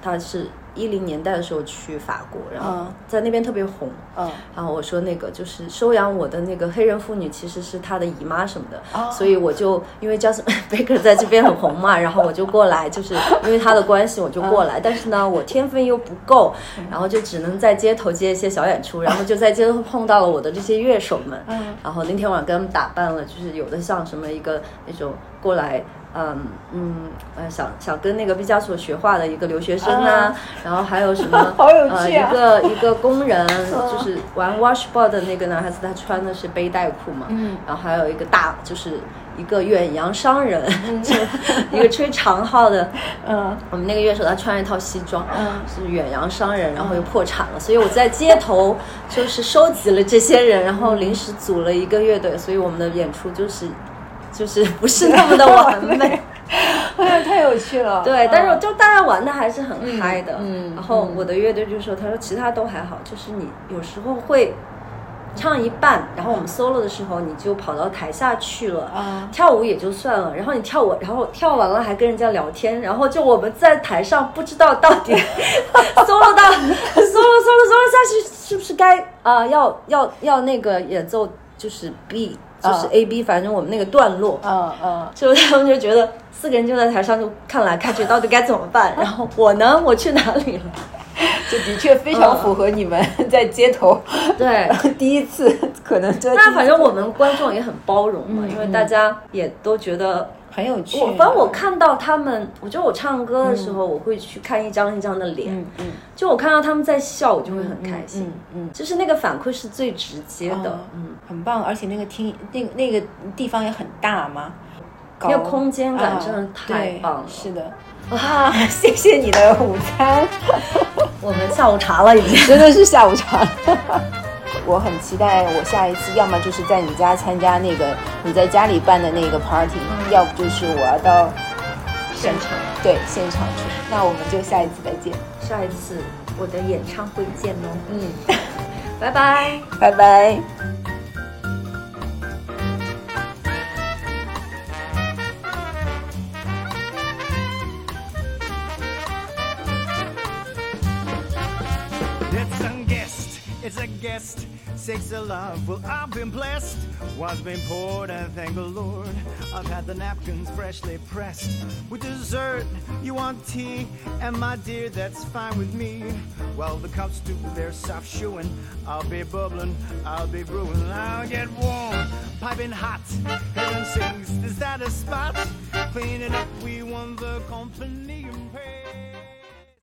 [SPEAKER 1] 他是一零年代的时候去法国，然后
[SPEAKER 2] 嗯
[SPEAKER 1] 在那边特别红。
[SPEAKER 2] 嗯
[SPEAKER 1] 然后我说那个就是收养我的那个黑人妇女其实是她的姨妈什么的，
[SPEAKER 2] 哦
[SPEAKER 1] 所以我就因为 Justin <laughs> Baker 在这边很红嘛，然后我就过来，就是因为他的关系我就过
[SPEAKER 2] 嗯
[SPEAKER 1] 来，但是呢我天分又不够，然后就只能在街头接一些小演出，然后就在街头碰到了我的这些乐手们，
[SPEAKER 2] 嗯
[SPEAKER 1] 然后那天晚上跟他们打扮了，就是有的像什么一个那种过来。嗯嗯呃，想想跟那个毕加索学画的一个留学生啊，
[SPEAKER 2] 啊
[SPEAKER 1] 然后还有什么
[SPEAKER 2] <laughs> 好有趣啊
[SPEAKER 1] 呃、一个呃，一个工
[SPEAKER 2] <laughs>
[SPEAKER 1] 人就是玩 washboard 的那个男孩子，他穿的是背带裤嘛，
[SPEAKER 2] 嗯
[SPEAKER 1] 然后还有一个大就是一个远洋商人， <laughs> 就一个吹长号的，
[SPEAKER 2] <laughs> 嗯
[SPEAKER 1] 我们那个乐手他穿了一套西装，
[SPEAKER 2] 嗯
[SPEAKER 1] 是远洋商人，然后又破产了，所以我在街头就是收集了这些人，然后临时组了一个乐队，所以我们的演出就是就是不是那么的完
[SPEAKER 2] <laughs> 啊
[SPEAKER 1] 美。
[SPEAKER 2] 哎呀，太有趣了。
[SPEAKER 1] 对，但是
[SPEAKER 2] 嗯
[SPEAKER 1] 就大家玩的还是很嗨的。
[SPEAKER 2] 嗯嗯
[SPEAKER 1] 然后我的乐队就说，他说其他都还好，就是你有时候会唱一半，然后我们 solo 的时候你就跑到台下去了。
[SPEAKER 2] 啊
[SPEAKER 1] 跳舞也就算了，然后你跳舞，然后跳完了还跟人家聊天，然后就我们在台上不知道到底 <laughs> solo 到 solo solo solo 下去是不是该啊、要要要那个演奏就是 B 就
[SPEAKER 2] 啊
[SPEAKER 1] 是 A B，、反正我们那个段落，
[SPEAKER 2] 嗯嗯
[SPEAKER 1] 就他们就觉得四个人就在台上就看来看去，到底该怎么办？然后我呢，我去哪里
[SPEAKER 2] <laughs>
[SPEAKER 1] 了？
[SPEAKER 2] 这的确非常符合你们 <laughs> 在街头
[SPEAKER 1] 对，
[SPEAKER 2] <laughs> 第一次，可能真的
[SPEAKER 1] 那反正我们观众也很包容
[SPEAKER 2] 嗯
[SPEAKER 1] 嘛，因为大家也都觉得。
[SPEAKER 2] 很有趣。
[SPEAKER 1] 我反正我看到他们，我觉得我唱歌的时候，我会去看一张一张的脸，
[SPEAKER 2] 嗯嗯
[SPEAKER 1] 就我看到他们在笑，我就会很开心。
[SPEAKER 2] 嗯嗯，哦
[SPEAKER 1] 就是那个反馈是最直接的，
[SPEAKER 2] 嗯，很棒，而且那个厅那个那个地方也很大嘛。高，
[SPEAKER 1] 那个空间感
[SPEAKER 2] 啊
[SPEAKER 1] 真的太
[SPEAKER 2] 对
[SPEAKER 1] 棒了
[SPEAKER 2] 是的， <laughs> 啊，谢谢你的午餐，
[SPEAKER 1] 嗯 <laughs> 我们下午茶了已经。
[SPEAKER 2] <laughs> 真的是下午茶。 <laughs> 我很期待我下一次，要么就是在你家参加那个你在家里办的那个 party，、要不就是我要到
[SPEAKER 1] 现场，
[SPEAKER 2] 对现场去。那我们就下一次再见，
[SPEAKER 1] 下一次我的演唱会见哦喽，
[SPEAKER 2] 嗯， <laughs>
[SPEAKER 1] 拜拜。
[SPEAKER 2] 拜拜。
[SPEAKER 3] It's a guest, it's a guest. Sakes of love, well, I've been blessed. Wine's been poured, and thank the Lord. I've had the napkins freshly pressed. With dessert, you want tea, and my dear, that's fine with me. While the cups do their soft shoeing, I'll be bubbling, I'll be brewing, I'll get warm, piping hot. Heaven sings, is that a spot? Cleaning up, we won the company.